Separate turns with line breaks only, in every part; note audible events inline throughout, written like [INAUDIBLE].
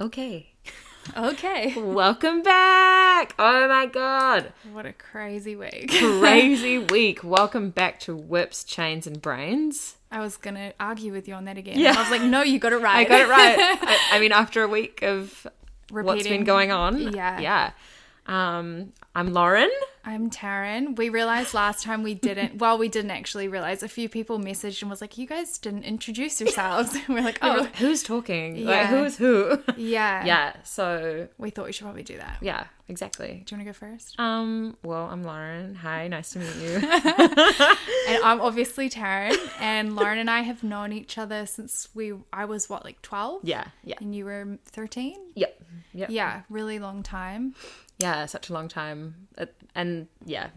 Okay.
Okay.
Welcome back. Oh my god.
What a crazy [LAUGHS] week.
[LAUGHS] Crazy week. Welcome back to Whips, Chains and Brains.
I was going to argue with you on that again.
Yeah.
I was like, no, you got it right.
I got it right. I, I mean, after a week of what's
Repeating.
been going on.
Yeah.
Yeah. Um, I'm Lauren.
[LAUGHS] I'm Taryn. We realized last time we didn't, well, we didn't actually realize. A few people messaged and was like, you guys didn't introduce yourselves. [LAUGHS] And we're like, oh,
Who's talking? Like,
Yeah.
who is who? [LAUGHS]
yeah.
yeah. So,
We thought we should probably do that.
yeah, exactly.
Do you want to go first?
Um, well, I'm Lauren. Hi, nice to meet you. [LAUGHS]
And I'm obviously Taryn. And Lauren and I have known each other since we, I was what, like 12?
yeah. Yeah.
And you were 13?
Yep. Yep.
Yeah, really long time.
yeah such a long time It- and yeah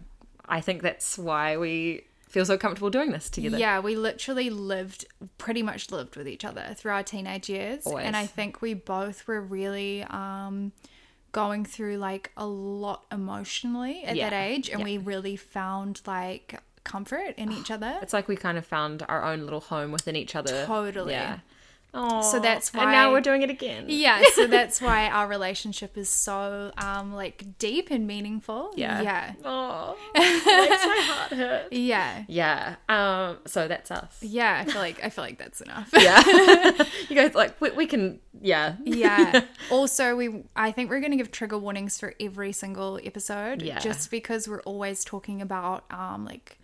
i think that's why we feel so comfortable doing this together
Yeah, we literally lived, pretty much lived with each other through our teenage years.
Always.
And I think we both were really um, going through like a lot emotionally at
Yeah,
that age. And
yeah.
we really found like comfort in
[SIGHS]
each other.
it's like we kind of found our own little home within each other
Totally.
yeah oh
So that's
and now
why-
we're doing it again
Yeah, so that's why our relationship is so um like deep and meaningful.
yeah
Yeah.
oh makes my heart hurt
[LAUGHS] Yeah.
yeah um so that's us
Yeah, I feel like I feel like that's enough.
yeah [LAUGHS] you guys like we, we can yeah
yeah also we i think we're going to give trigger warnings for every single episode
Yeah.
just because we're always talking about um like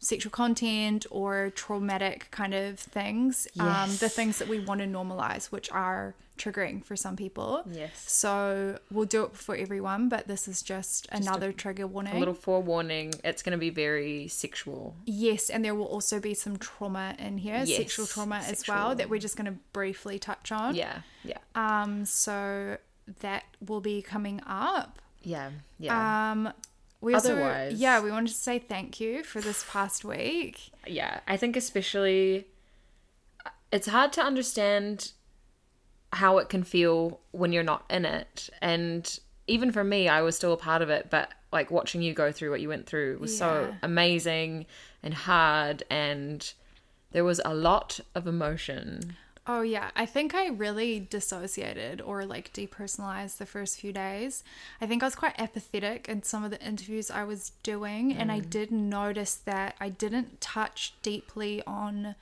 sexual content or traumatic kind of things um the
Yes.
things that we want to normalize which are triggering for some people
Yes.
so we'll do it for everyone but this is just, another trigger
[LAUGHS]
warning
a little forewarning it's going to be very sexual
yes and there will also be some trauma in here
Yes,
sexual trauma as well
sexual.
that we're just going to briefly touch on
yeah yeah
um so that will be coming up
yeah yeah
Um, we also,
Otherwise-
yeah, we wanted to say thank you for this past week.
yeah i think especially it's hard to understand how it can feel when you're not in it and even for me i was still a part of it but like watching you go through what you went through was so
Yeah.
amazing and hard and there was a lot of emotion
Oh yeah, I think I really dissociated or like depersonalized the first few days. I think I was quite apathetic in some of the interviews I was doing, and
Mm.
I did notice that I didn't touch deeply on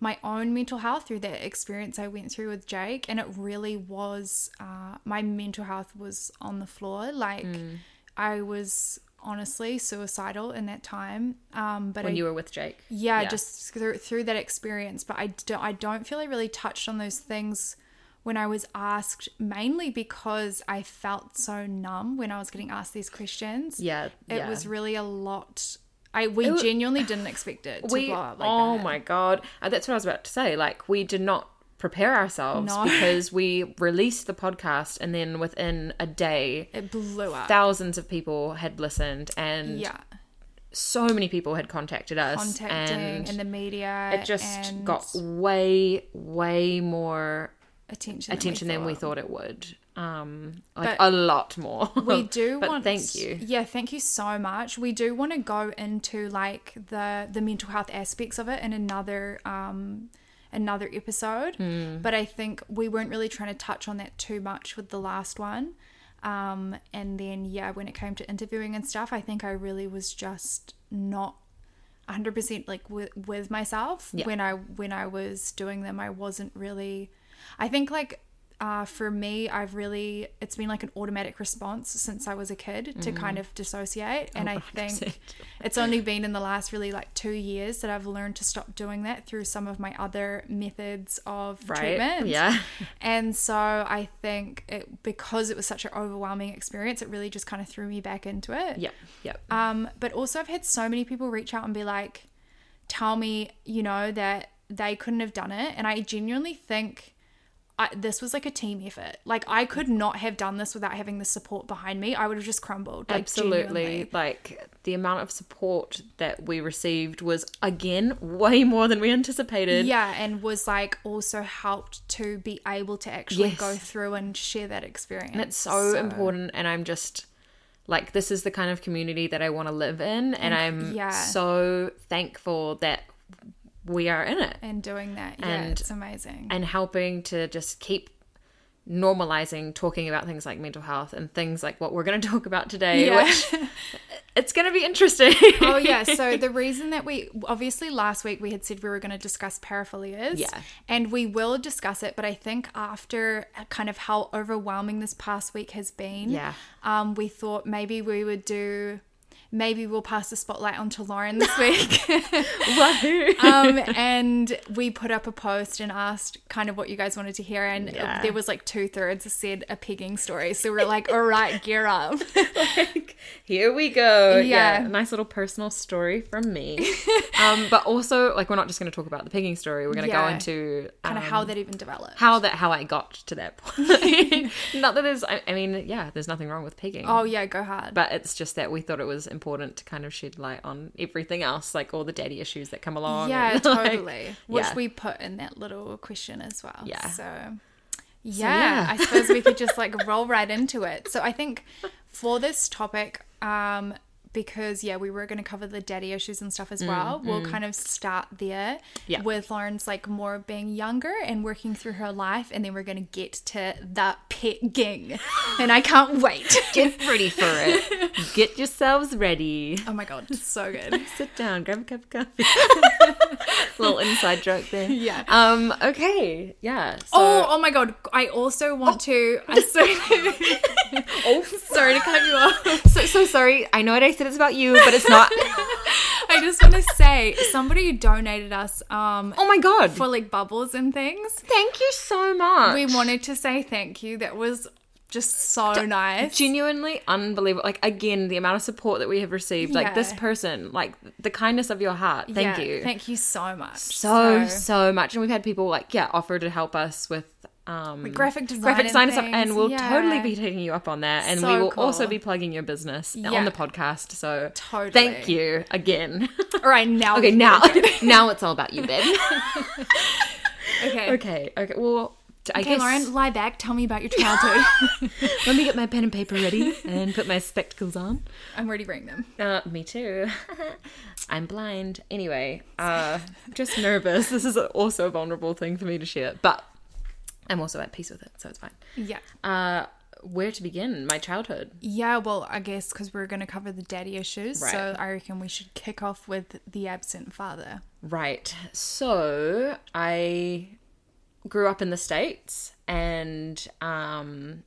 my own mental health through that experience I went through with Jake, and it really was uh, my mental health was on the floor. Like
Mm.
I was honestly suicidal in that time, um, but
when
I
you were with jake
yeah, just through, through that experience but I don't, I don't feel i really touched on those things when i was asked mainly because i felt so numb when i was getting asked these questions
yeah
it
yeah.
was really a lot i we genuinely didn't expect it to
we
blow up like
oh
that.
my god Uh, that's what i was about to say like we did not prepare ourselves
No.
because we released the podcast and then within a day
it blew up
thousands of people had listened and
yeah
so many people had contacted us
contacting
and
in the media
it just
and
got way way more
attention than we
attention than we
thought.
thought it would um like
But
a lot more [LAUGHS]
we do
but
want
thank you
yeah thank you so much we do want to go into like the the mental health aspects of it in another um another episode
Hmm.
but i think we weren't really trying to touch on that too much with the last one um and then yeah when it came to interviewing and stuff i think i really was just not 100% like with, with myself when i when i was doing them i wasn't really i think like uh, for me i've really it's been like an automatic response since i was a kid to
Mm-hmm.
kind of dissociate and
Oh,
i think it's only been in the last really like two years that i've learned to stop doing that through some of my other methods of
right
treatment
yeah
and so I think it because it was such an overwhelming experience, it really just kind of threw me back into it.
yep yep
Um, but also I've had so many people reach out and be like, tell me, you know, that they couldn't have done it. And I genuinely think I, this was like a team effort. Like I could not have done this without having the support behind me. I would have just crumbled. Like,
absolutely
genuinely.
like the amount of support that we received was again way more than we anticipated
Yeah, and was like also helped to be able to actually
Yes.
go through and share that experience.
And it's so, important. And I'm just like, this is the kind of community that I want to live in. And I'm
yeah.
so thankful that we are in it
and doing that. yeah,
And-
it's amazing.
and helping to just keep normalizing talking about things like mental health and things like what we're going to [LAUGHS] talk about today,
Yeah.
which it's going to be interesting. [LAUGHS]
oh yeah so the reason that we obviously last week we had said we were going to discuss paraphilias
Yeah.
and we will discuss it but i think after kind of how overwhelming this past week has been
Yeah.
um we thought maybe we would do maybe we'll pass the spotlight on to lauren this
[LAUGHS]
week [LAUGHS]
Whoa.
um, and we put up a post and asked kind of what you guys wanted to hear, and
Yeah.
there was like two thirds said a pigging story. So we were like, all right, gear up. [LAUGHS]
like, here we go.
Yeah.
Yeah. Nice little personal story from me. um, but also, like, we're not just going to talk about the pigging story. We're going to go
Yeah.
into
kind of
um,
how that even developed.
how that how I got to that [LAUGHS] point. not that there's, I, I mean, yeah, there's nothing wrong with pigging.
oh yeah, go hard.
But it's just that we thought it was important to kind of shed light on everything else, like all the daddy issues that come along.
yeah,
and, [LAUGHS] like-
totally. Which
yeah.
we put in that little question as well.
Yeah.
So.
yeah.
Yeah, I suppose we
[LAUGHS]
could just like roll right into it. So I think for this topic, um, because yeah, we were going to cover the daddy issues and stuff as well. We'll kind of start there
Mm, Yeah.
with Lauren's like more being younger and working through her life, and then we're going to get to the pit gang, and I can't wait.
Get ready for it. [LAUGHS] Get yourselves ready.
[LAUGHS]
Oh,
oh my god,
[LAUGHS]
so good.
Sit down, grab a cup of coffee. [LAUGHS] Little inside joke there.
Yeah.
Um. Okay. Yeah. So,
oh, oh my god, I also
Oh.
want to.
[LAUGHS]
I so, sorry to cut you off.
[LAUGHS] so so sorry. I know what I said is about you, but it's not.
[LAUGHS] I just want to say somebody donated us um
[LAUGHS] Oh my god.
for like bubbles and things.
Thank you so much.
We wanted to say thank you. That was just so nice.
genuinely unbelievable. Like again, the amount of support that we have received. Like this
Yeah.
person. Like the kindness of your heart. Thank
Yeah,
you.
Thank you so much.
so so much, and we've had people like yeah offer to help us with. Um,
graphic design
graphic
and
design and stuff,
things,
and we'll
yeah.
totally be taking you up on that. And we
So
will also
cool.
be plugging your business
Yeah.
on the podcast. So
Totally.
thank you
[LAUGHS]
again.
All right, now.
[LAUGHS] okay,
we can
now
go.
[LAUGHS] now it's all about you, babe.
[LAUGHS] Okay. okay.
okay, okay. Well, I guess
Lauren, lie back. Tell me about your
[LAUGHS]
childhood. [LAUGHS]
let me get my pen and paper ready and put my spectacles on.
I'm already bringing them.
Uh, me too. [LAUGHS] I'm blind. Anyway, uh, just nervous. This is also a vulnerable thing for me to share, but I'm also at peace with it, so it's fine.
Yeah.
Uh, where to begin? My childhood.
Yeah, well, I guess because we're going to cover the daddy issues.
Right.
So I reckon we should kick off with the absent father.
Right. So I grew up in the States and um,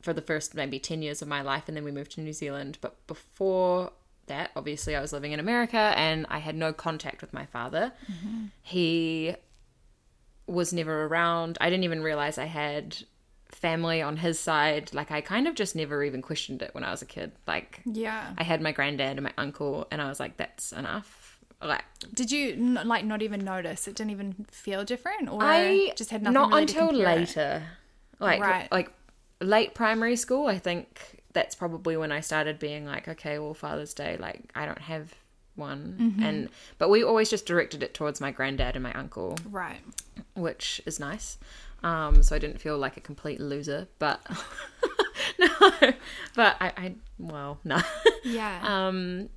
for the first maybe 10 years of my life, and then we moved to New Zealand. But before that, obviously, I was living in America and I had no contact with my father. He was never around. I didn't even realize I had family on his side. Like, I kind of just never even questioned it when I was a kid. Like,
Yeah.
I had my granddad and my uncle, and I was like, that's enough. Like,
Did you n- like not even notice? It didn't even feel different, or
I
just had nothing.
Not
really to
until
compare it?
later, like
Right.
like late primary school. I think that's probably when I started being like, okay, well, Father's Day, like I don't have one,
Mm-hmm.
and but we always just directed it towards my granddad and my uncle,
Right.
which is nice. Um, so I didn't feel like a complete loser, but [LAUGHS] no, but I, I well, no. [LAUGHS]
Yeah.
Um,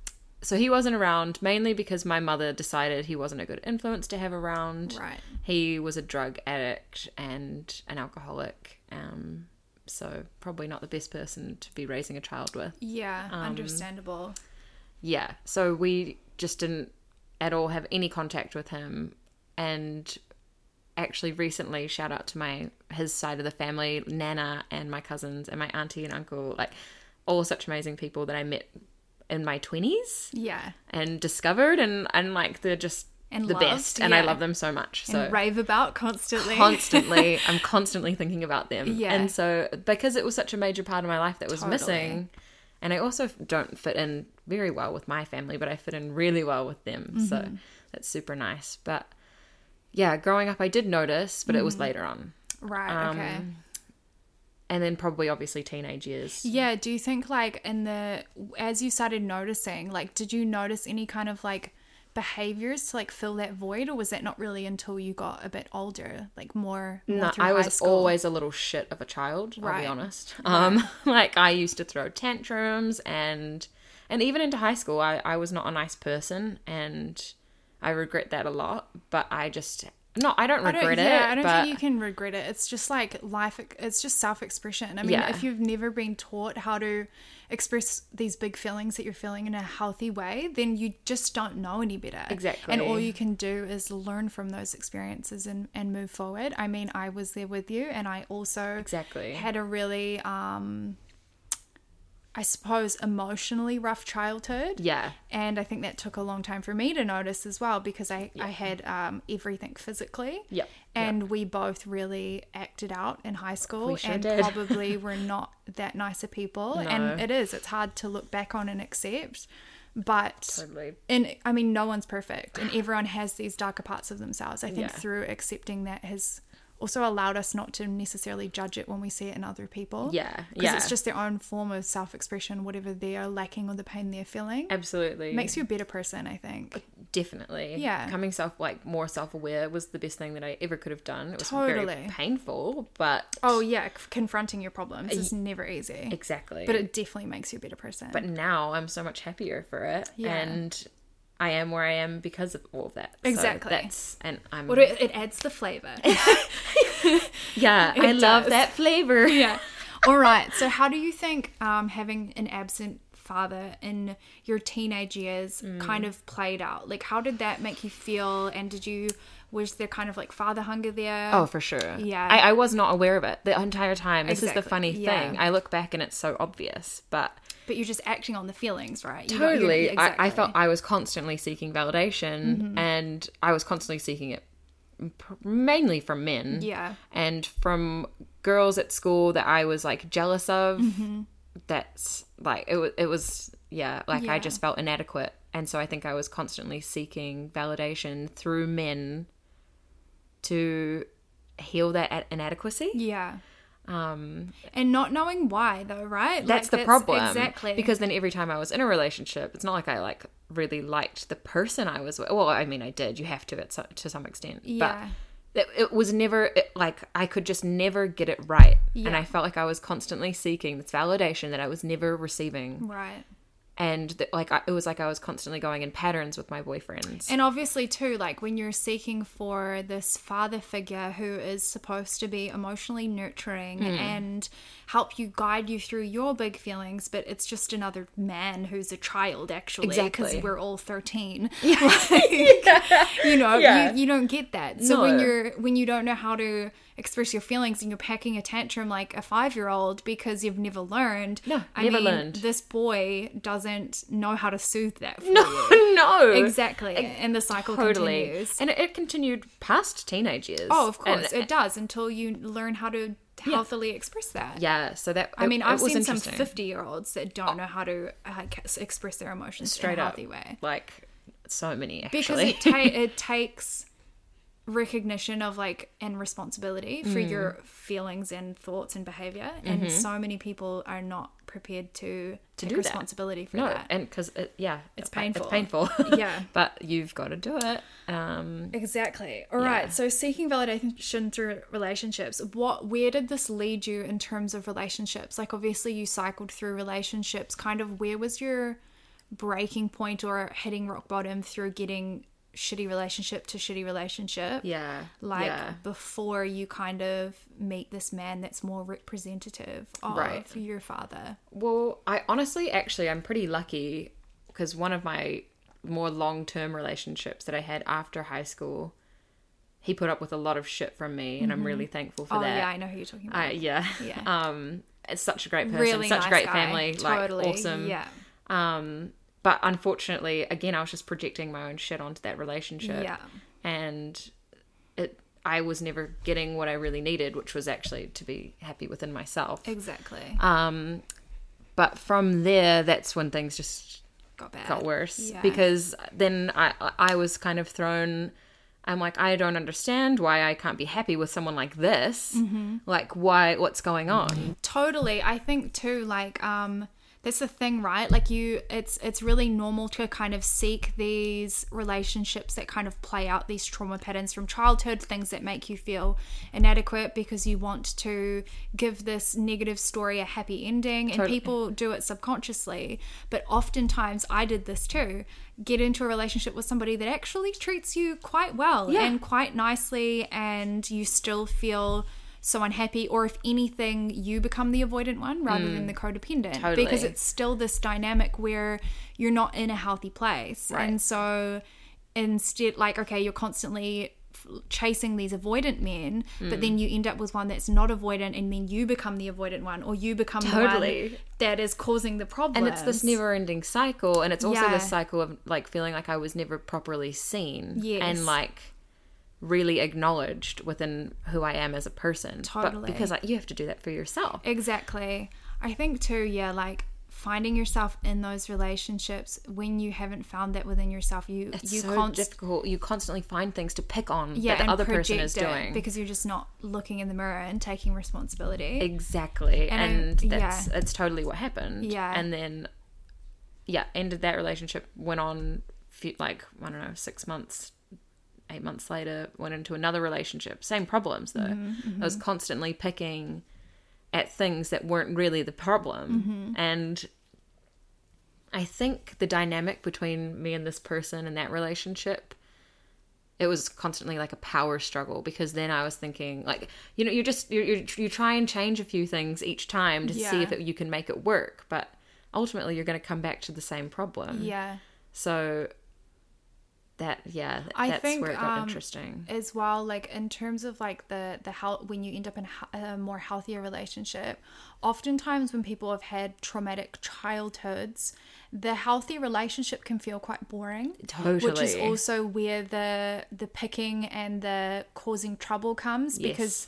so he wasn't around mainly because my mother decided he wasn't a good influence to have around.
Right.
He was a drug addict and an alcoholic. Um, so probably not the best person to be raising a child with.
yeah.
um,
understandable.
Yeah. So we just didn't at all have any contact with him. And actually recently shout out to my his side of the family, Nana and my cousins and my auntie and uncle, like all such amazing people that I met in my twenties
Yeah.
and discovered and and like they're just
And
the
loved,
best and i
yeah.
love them so much so
and rave about constantly.
constantly i'm constantly thinking about them
Yeah.
and so because it was such a major part of my life that was
Totally.
missing and i also don't fit in very well with my family but i fit in really well with them so
Mm-hmm.
that's super nice but yeah growing up i did notice but it
Mm.
was later on
[LAUGHS] right.
um,
Okay.
and then probably obviously teenage years
yeah. Do you think like in the as you started noticing, like, did you notice any kind of like behaviors to like fill that void, or was that not really until you got a bit older, like more? more
No,
through
I
high
was
school?
always a little shit of a child. I'll
Right.
be honest. Um, [LAUGHS] like I used to throw tantrums, and and even into high school, I I was not a nice person, and I regret that a lot. But I just No, I don't
I don't,
regret it.
yeah, I don't
but
think you can regret it. It's just like life. It's just self-expression. I mean,
Yeah.
if you've never been taught how to express these big feelings that you're feeling in a healthy way, then you just don't know any better. And all
Exactly.
you can do is learn from those experiences and and move forward. I mean, I was there with you, and I also
Exactly.
had a really um, I suppose emotionally rough childhood.
yeah.
And I think that took a long time for me to notice as well because I, I had um, everything physically.
Yep.
And we both really acted out in high school
sure
and
did. [LAUGHS]
probably were not that nicer people. And
No.
it is, it's hard to look back on and accept. But
Totally.
and I mean, no one's perfect, and everyone has these darker parts of themselves. I think
Yeah.
through accepting that has also allowed us not to necessarily judge it when we see it in other people.
Yeah,
because it's
yeah.
just their own form of self-expression, whatever they are lacking or the pain they're feeling.
Absolutely.
Makes you a better person, I think.
Definitely.
Yeah.
Becoming self like more self aware was the best thing that I ever could have done. It was
Totally.
very painful, but
Oh yeah, c- confronting your problems is never easy,
exactly.
but it definitely makes you a better person.
but now I'm so much happier for it.
Yeah.
And I am where I am because of all of that. So
Exactly.
that's and I'm
But it, it adds the flavor. [LAUGHS]
Yeah, I love
does.
that flavour.
[LAUGHS] yeah. All right. So, how do you think um, having an absent father in your teenage years
Mm.
kind of played out? Like, how did that make you feel? And did you was there kind of like father hunger there?
Oh, for sure.
Yeah.
I, I was not aware of it the entire time. This is the
Exactly.
funny
Yeah.
thing. I look back and it's so obvious, but
But you're just acting on the feelings, right? You don't- you-
totally. I, I
exactly. Mm-hmm.
felt I was constantly seeking validation and I was constantly seeking it pr- mainly from men.
Yeah.
And from girls at school that I was like jealous of.
Mm-hmm.
That's like, it, wa- it was, yeah, like
Yeah.
I just felt inadequate. And so I think I was constantly seeking validation through men to heal that a- inadequacy.
Yeah.
Um,
And not knowing why, though, right? Like,
that's the problem.
Exactly.
Because then every time I was in a relationship, it's not like I like really liked the person I was with. Well, I mean, I did. You have to at so, to some extent.
Yeah.
But it, it was never it, like I could just never get it right, and
Yeah.
I felt like I was constantly seeking this validation that I was never receiving,
right.
and that, like I, it was like I was constantly going in patterns with my
[LAUGHS]
boyfriends.
And obviously, too, like when you're seeking for this father figure who is supposed to be emotionally nurturing
Hmm.
and help you guide you through your big feelings, but it's just another man who's a child, actually, because
Exactly.
we're
[LAUGHS]
all 13. [LAUGHS] Like, You know,
Yeah.
you, you don't get that. So when
No.
you're when you don't know how to express your feelings and you're packing a tantrum like a five year old because you've never learned.
No, never learned.
This boy doesn't know how to soothe that for
[LAUGHS]
you.
no,
Exactly. And the cycle
totally.
continues.
And it, it continued past teenage years.
oh, of
And-
course, it does until you learn how to healthily express that.
yeah. So that
I mean, I've seen some
fifty.
50 year olds that don't know how to like, s- express their emotions
straight
in a
up
healthy way.
like so many actually [LAUGHS]
Because it, ta- it takes recognition of like and responsibility for
Mm.
your feelings and thoughts and behavior. And so many people are not prepared to,
Mm-hmm. do
take
that.
responsibility for
no
that.
and because it, yeah
It's
it pa-
painful.
it's painful
[LAUGHS] Yeah.
[LAUGHS] but you've got to do it um
Exactly. All right. So seeking validation through relationships. What where did this lead you in terms of relationships? Like obviously you cycled through relationships. Kind of where was your breaking point or hitting rock bottom through getting shitty relationship to shitty relationship?
yeah
Like
yeah.
before you kind of meet this man that's more representative of
Right.
your father.
well i honestly actually i'm pretty lucky because one of my more long-term relationships that i had after high school he put up with a lot of shit from me and i'm really thankful for
Oh
that
yeah, I know who you're talking about.
I, yeah
Yeah.
[LAUGHS] um it's such a great person
really
such
nice
a great
guy.
family
totally.
like awesome
Yeah.
Um, but unfortunately, again, I was just projecting my own shit onto that relationship.
Yeah.
And it, I was never getting what I really needed, which was actually to be happy within myself.
Exactly.
Um, but from there, that's when things just
got bad.
got worse
Yeah.
because then I I was kind of thrown. I'm like I don't understand why I can't be happy with someone like this. Like why? What's going on?
totally i think too like um that's the thing right like you it's it's really normal to kind of seek these relationships that kind of play out these trauma patterns from childhood things that make you feel inadequate because you want to give this negative story a happy ending and
Totally.
people do it subconsciously but oftentimes i did this too get into a relationship with somebody that actually treats you quite well
Yeah.
and quite nicely and you still feel so unhappy or if anything you become the avoidant one rather than the codependent
Hmm. Totally.
because it's still this dynamic where you're not in a healthy place
Right.
and so instead like okay you're constantly f- chasing these avoidant men but
Hmm.
then you end up with one that's not avoidant and then you become the avoidant one or you become the one
Totally.
that is causing the problem
and it's this never-ending cycle and it's also
Yeah.
this cycle of like feeling like i was never properly seen
Yes.
and like really acknowledged within who i am as a person
Totally.
but because like you have to do that for yourself
Exactly. I think too, yeah, like finding yourself in those relationships when you haven't found that within yourself, you
it's
you
so
can't
difficult you constantly find things to pick on
yeah,
that
and
the other person is
project it
doing
because you're just not looking in the mirror and taking responsibility.
exactly
And I-
and,
yeah.
that's it's totally what happened
Yeah.
and then yeah ended that relationship went on few, like i don't know six months eight months later went into another relationship same problems though
Mm-hmm,
i was constantly picking at things that weren't really the problem
Mm-hmm.
and i think the dynamic between me and this person and that relationship it was constantly like a power struggle because then I was thinking like you know you just you you, you try and change a few things each time to see
Yeah.
if it, you can make it work, but ultimately you're going to come back to the same problem.
yeah.
So that yeah, th-
I
that's
think,
where it got
um,
interesting.
as well like in terms of like the the health when you end up in h- a more healthier relationship oftentimes when people have had traumatic childhoods the healthy relationship can feel quite boring which is
Totally.
also where the the picking and the causing trouble comes because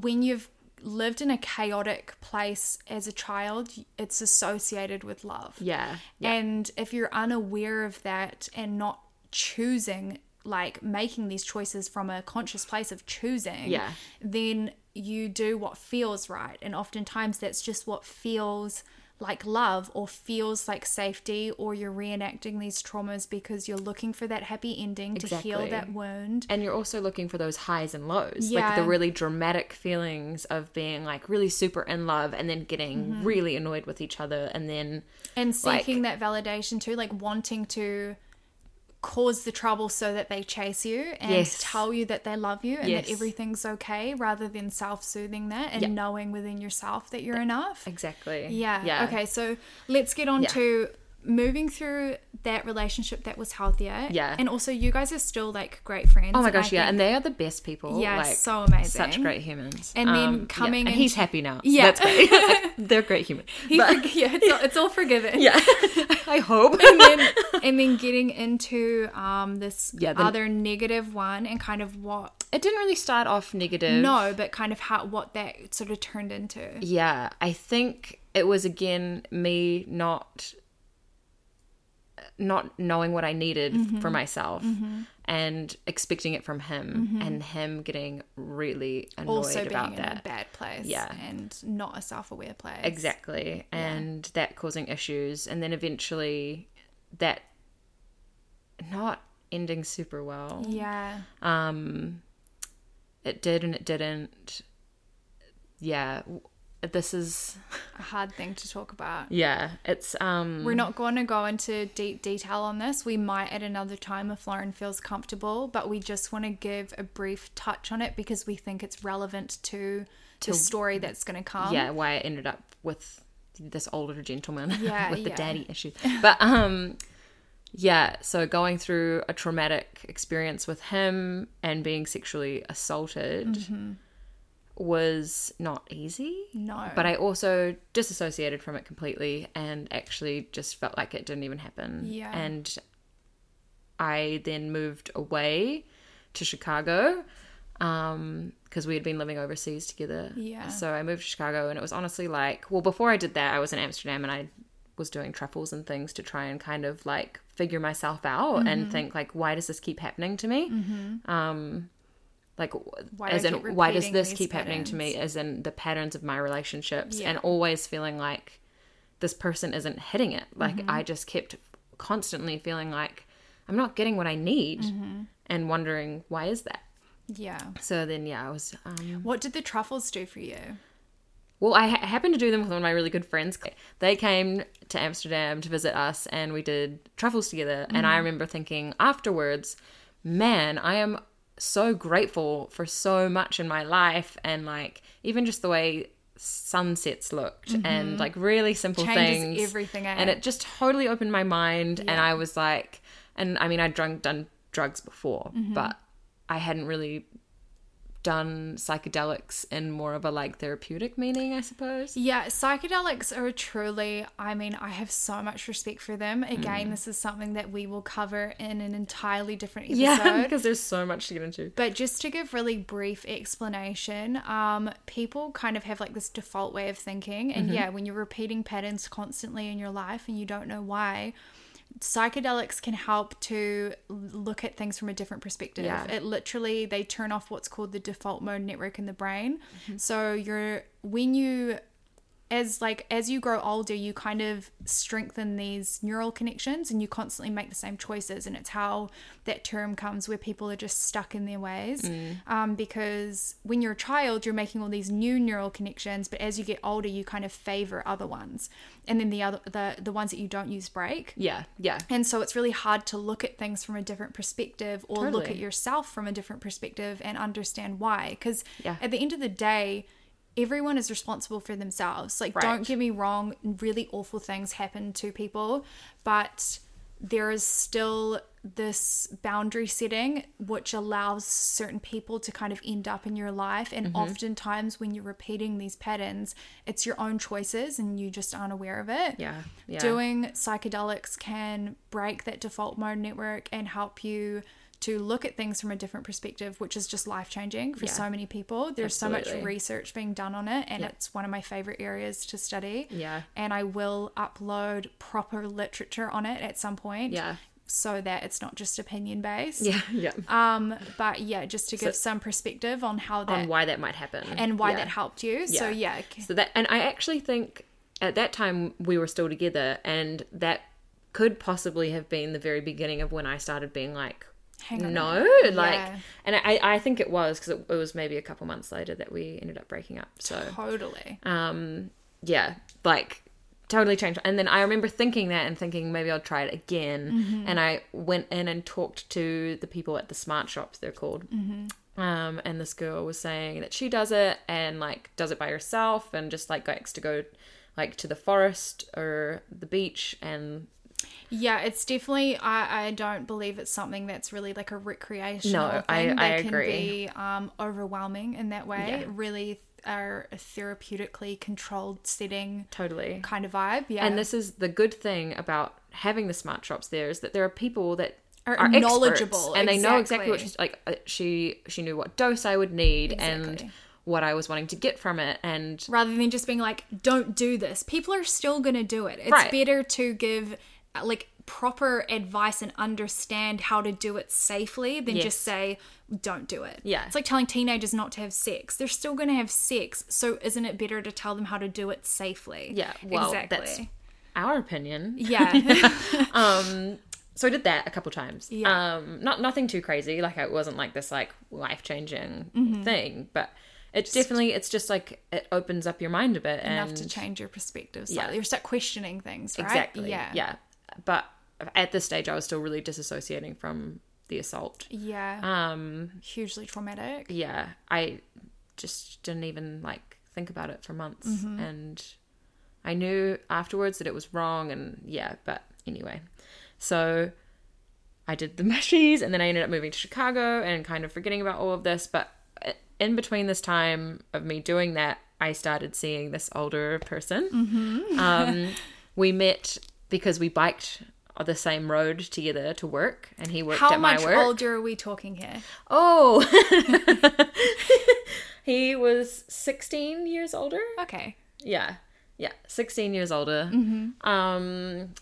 when you've lived in a chaotic place as a child it's associated with love
Yeah.
and if you're unaware of that and not choosing, like making these choices from a conscious place of choosing,
Yeah.
then you do what feels right. And oftentimes that's just what feels like love or feels like safety, or you're reenacting these traumas because you're looking for that happy ending to heal
Exactly.
that wound.
And you're also looking for those highs and lows, like
Yeah.
the really dramatic feelings of being like really super in love and then getting really annoyed with each other and then
and
like-
seeking that validation too like wanting to cause the trouble so that they chase you and
Yes.
tell you that they love you and
Yes.
that everything's okay rather than self-soothing that and
Yeah.
knowing within yourself that you're enough
exactly.
yeah.
Yeah.
okay so let's get on
Yeah.
to moving through that relationship that was healthier
Yeah.
and also you guys are still like great friends
Oh my
and I
gosh, yeah,
think-
and they are the best people.
Yeah,
like,
so amazing.
such
[LAUGHS]
great humans. Um,
And then
yeah,
coming
and he's happy now.
Yeah.
Yeah, that's great. [LAUGHS] They're great humans.
[LAUGHS]
But
yeah it's all, it's all forgiven
yeah, I [LAUGHS] hope.
and then and then getting into um this
Yeah, the-
other negative one and kind of what
It didn't really start off negative.
no but kind of how what that sort of turned into
Yeah, I think it was again me not not knowing what I needed
Mm-hmm.
for myself and expecting it from him and him getting really annoyed
Mm-hmm. also being
about
in
that.
a bad place
Yeah.
and not a self-aware place
Exactly. And that causing issues. And then eventually that not ending super well.
yeah
It did and it didn't. Yeah. w- This is,
a hard thing to talk about
yeah. It's, um,
we're not going to go into deep detail on this. We might at another time if Lauren feels comfortable, but we just want to give a brief touch on it because we think it's relevant to, the story that's going to come.
yeah, why I ended up with this older gentleman [LAUGHS]
Yeah,
with the
yeah.
daddy issues. But, um, yeah, so going through a traumatic experience with him and being sexually assaulted
Mm-hmm.
was not easy.
No.
But I also disassociated from it completely and actually just felt like it didn't even happen.
Yeah.
And I then moved away to Chicago because we had been living overseas together.
Yeah.
So I moved to Chicago and it was honestly like, well, before I did that, I was in Amsterdam and I was doing truffles and things to try and kind of like figure myself out
Mm-hmm.
and think like why does this keep happening to me um like w-
Why do
as
I
in
keep
why does
repeating
this
these
keep happening to me as in the patterns of my relationships
Yeah.
and always feeling like this person isn't hitting it. Like I just kept constantly feeling like I'm not getting what I need and wondering why is that.
Yeah.
So then yeah, I was um,
What did the truffles do for you?
well, I ha- happened to do them with one of my really good friends. They came to Amsterdam to visit us, and we did truffles together. And
Mm.
I remember thinking afterwards, man, I am so grateful for so much in my life, and like even just the way sunsets looked, and like really simple
Mm-hmm. Changes
things,
everything, eh?
and it just totally opened my mind. And I was like, and I mean, I'd drunk done drugs before,
Mm-hmm.
but I hadn't really done psychedelics in more of a like therapeutic meaning, I suppose.
Yeah, psychedelics are truly, I mean, I have so much respect for them.
Mm.
Again, this is something that we will cover in an entirely different episode.
Yeah, [LAUGHS] because there's so much to get into.
But just to give really brief explanation, um, people kind of have like this default way of thinking,
Mm-hmm.
and yeah, when you're repeating patterns constantly in your life and you don't know why, psychedelics can help to l- look at things from a different perspective.
Yeah.
It literally they turn off what's called the default mode network in the brain,
Mm-hmm.
so you're when you as like as you grow older you kind of strengthen these neural connections and you constantly make the same choices and it's how that term comes where people are just stuck in their ways um, because when you're a child you're making all these new neural connections but as you get older you kind of favor other ones and then the other the, the ones that you don't use break
Yeah, yeah.
and so it's really hard to look at things from a different perspective or look
Totally.
at yourself from a different perspective and understand why. Because
Yeah.
at the end of the day, everyone is responsible for themselves. Like,
Right.
don't get me wrong, really awful things happen to people, but there is still this boundary setting which allows certain people to kind of end up in your life
Mm-hmm.
and oftentimes when you're repeating these patterns it's your own choices and you just aren't aware of it
Yeah, yeah.
doing psychedelics can break that default mode network and help you to look at things from a different perspective, which is just life changing for
Yeah.
so many people. There's so much
Absolutely.
research being done on it, and it's one of my favorite areas to study.
Yeah.
And I will upload proper literature on it at some point.
Yeah.
So that it's not just opinion based.
Yeah, yeah.
Um, but yeah, just to give some perspective on how that
On why that might happen.
and why
Yeah.
that helped you. So yeah, c-
So that, and I actually think at that time we were still together, and that could possibly have been the very beginning of when I started being like,
Hang on a
no, like,
Yeah.
and I, I think it was because it, it was maybe a couple months later that we ended up breaking up. So
totally.
um yeah like totally changed and then i remember thinking that and thinking maybe i'll try it again and i went in and talked to the people at the smart shops they're called um and this girl was saying that she does it and like does it by herself and just like likes to go like to the forest or the beach and
Yeah, it's definitely. I, I don't believe it's something that's really like a recreational.
No, I-
thing.
I
They
agree.
Can be um, overwhelming in that way. Really are a therapeutically controlled setting
totally
kind of vibe. Yeah,
and this is the good thing about having the smart shops there is that there are people that
Are
experts
knowledgeable,
and they know exactly what
exactly.
she's like uh, she she knew what dose i would need and
Exactly.
what i was wanting to get from it and
rather than just being like, "Don't do this," people are still gonna do it. It's
Right.
better to give uh, like proper advice and understand how to do it safely than just say don't do it
Yeah.
it's like telling teenagers not to have sex they're still going to have sex so isn't it better to tell them how to do it safely
yeah well that's our opinion [LAUGHS] Um,
Yeah. [LAUGHS]
so I did that a couple times.
Yeah.
Um, not nothing too crazy. Like it wasn't like this like life changing
Mm-hmm.
thing, but it definitely it's just like it opens up your mind a bit and
Enough to change your perspective slightly. You start questioning things, right?
Exactly.
Yeah.
Yeah. But at this stage, I was still really disassociating from the assault.
Yeah.
Um.
Hugely traumatic.
Yeah. I just didn't even like think about it for months,
Mm-hmm.
and I knew afterwards that it was wrong, and yeah. But anyway, so I did the [LAUGHS] mushies, and then I ended up moving to Chicago and kind of forgetting about all of this. But uh, in between this time of me doing that, I started seeing this older person.
Mm-hmm.
um,
[LAUGHS]
we met because we biked on the same road together to work, and he worked
How
at my
much
work.
older are we talking here?
Oh, he was 16 years older.
Okay.
Yeah, yeah, 16 years older. Um,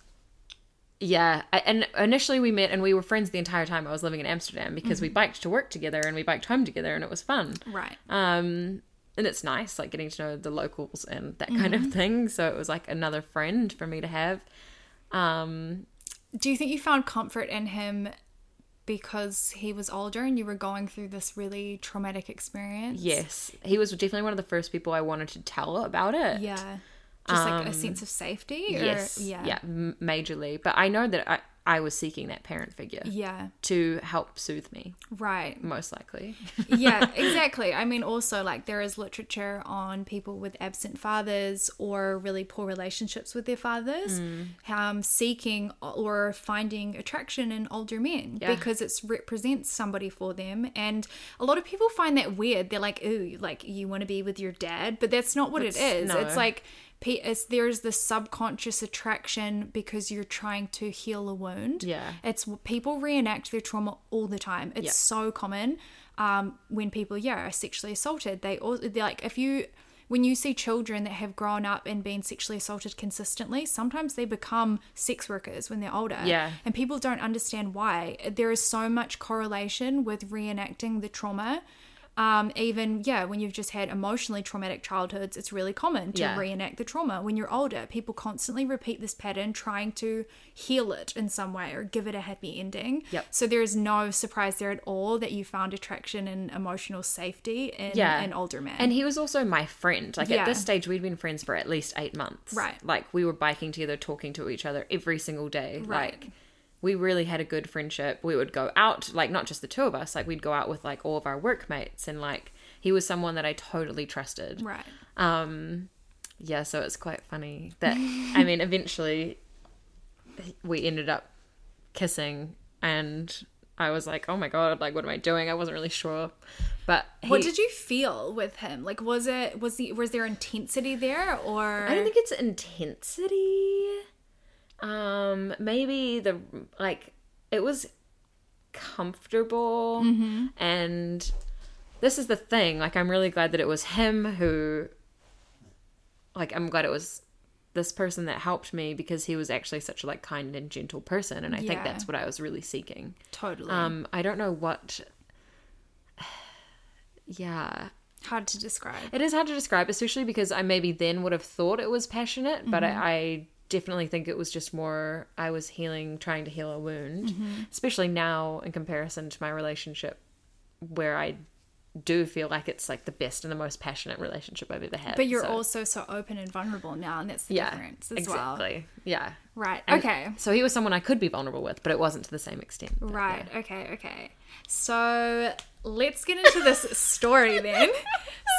yeah, I, and initially we met and we were friends the entire time I was living in Amsterdam because we biked to work together and we biked home together and it was fun.
Right.
Um, and it's nice like getting to know the locals and that kind of thing. So it was like another friend for me to have. Um,
Do you think you found comfort in him because he was older and you were going through this really traumatic experience?
yes, he was definitely one of the first people I wanted to tell about it.
Yeah. Just like a sense of safety? Or,
Yes.
Yeah.
Yeah. m- Majorly, but I know that I I was seeking that parent figure
Yeah.
to help soothe me,
Right.
most
[LAUGHS]
likely. [LAUGHS]
yeah, exactly. I mean, also, like, there is literature on people with absent fathers or really poor relationships with their fathers
Mm.
um, seeking or finding attraction in older men
Yeah.
because it represents somebody for them. And a lot of people find that weird. They're like, ooh, like, you want to be with your dad, but that's not what it
That's-
is.
no.
It's like, pe- it's, there's this subconscious attraction because you're trying to heal a wound.
Yeah.
It's people reenact their trauma all the time. It's
Yeah.
so common um, when people, yeah, are sexually assaulted. They all they're like if you when you see children that have grown up and been sexually assaulted consistently, sometimes they become sex workers when they're older.
Yeah.
And people don't understand why. There is so much correlation with reenacting the trauma. Um, even yeah, when you've just had emotionally traumatic childhoods, it's really common to
Yeah.
reenact the trauma when you're older. People constantly repeat this pattern, trying to heal it in some way or give it a happy ending.
Yep.
So there is no surprise there at all that you found attraction and emotional safety in
Yeah.
an older man.
And he was also my friend. Like
Yeah.
at this stage, we'd been friends for at least eight months.
Right.
Like we were biking together, talking to each other every single day.
Right.
Like we really had a good friendship. We would go out, like not just the two of us, like we'd go out with like all of our workmates. And like he was someone that I totally trusted.
right.
Um, yeah, so it's quite funny that, I mean, eventually we ended up kissing and. I was like, oh my god, like what am I doing? I wasn't really sure, but
what
he-
did you feel with him? Like, was it was the was there intensity there, or
I don't think it's intensity. Um, maybe the like it was comfortable,
Mm-hmm.
and this is the thing. Like, I'm really glad that it was him who, like, I'm glad it was this person that helped me because he was actually such a like kind and gentle person, and I think
Yeah.
that's what I was really seeking.
totally
Um, I don't know what. [SIGHS] Yeah,
hard to describe?
it is hard to describe, especially because I maybe then would have thought it was passionate, but
Mm-hmm.
I, I definitely think it was just more I was healing, trying to heal a wound,
Mm-hmm.
especially now in comparison to my relationship where I do feel like it's like the best and the most passionate relationship I've ever had.
But you're
so-
also so open and vulnerable now, and that's the
yeah,
difference as well.
exactly. Yeah.
Right.
And
okay.
So he was someone I could be vulnerable with, but it wasn't to the same extent. But,
Right. Okay. Okay. So let's get into this
[LAUGHS]
story then.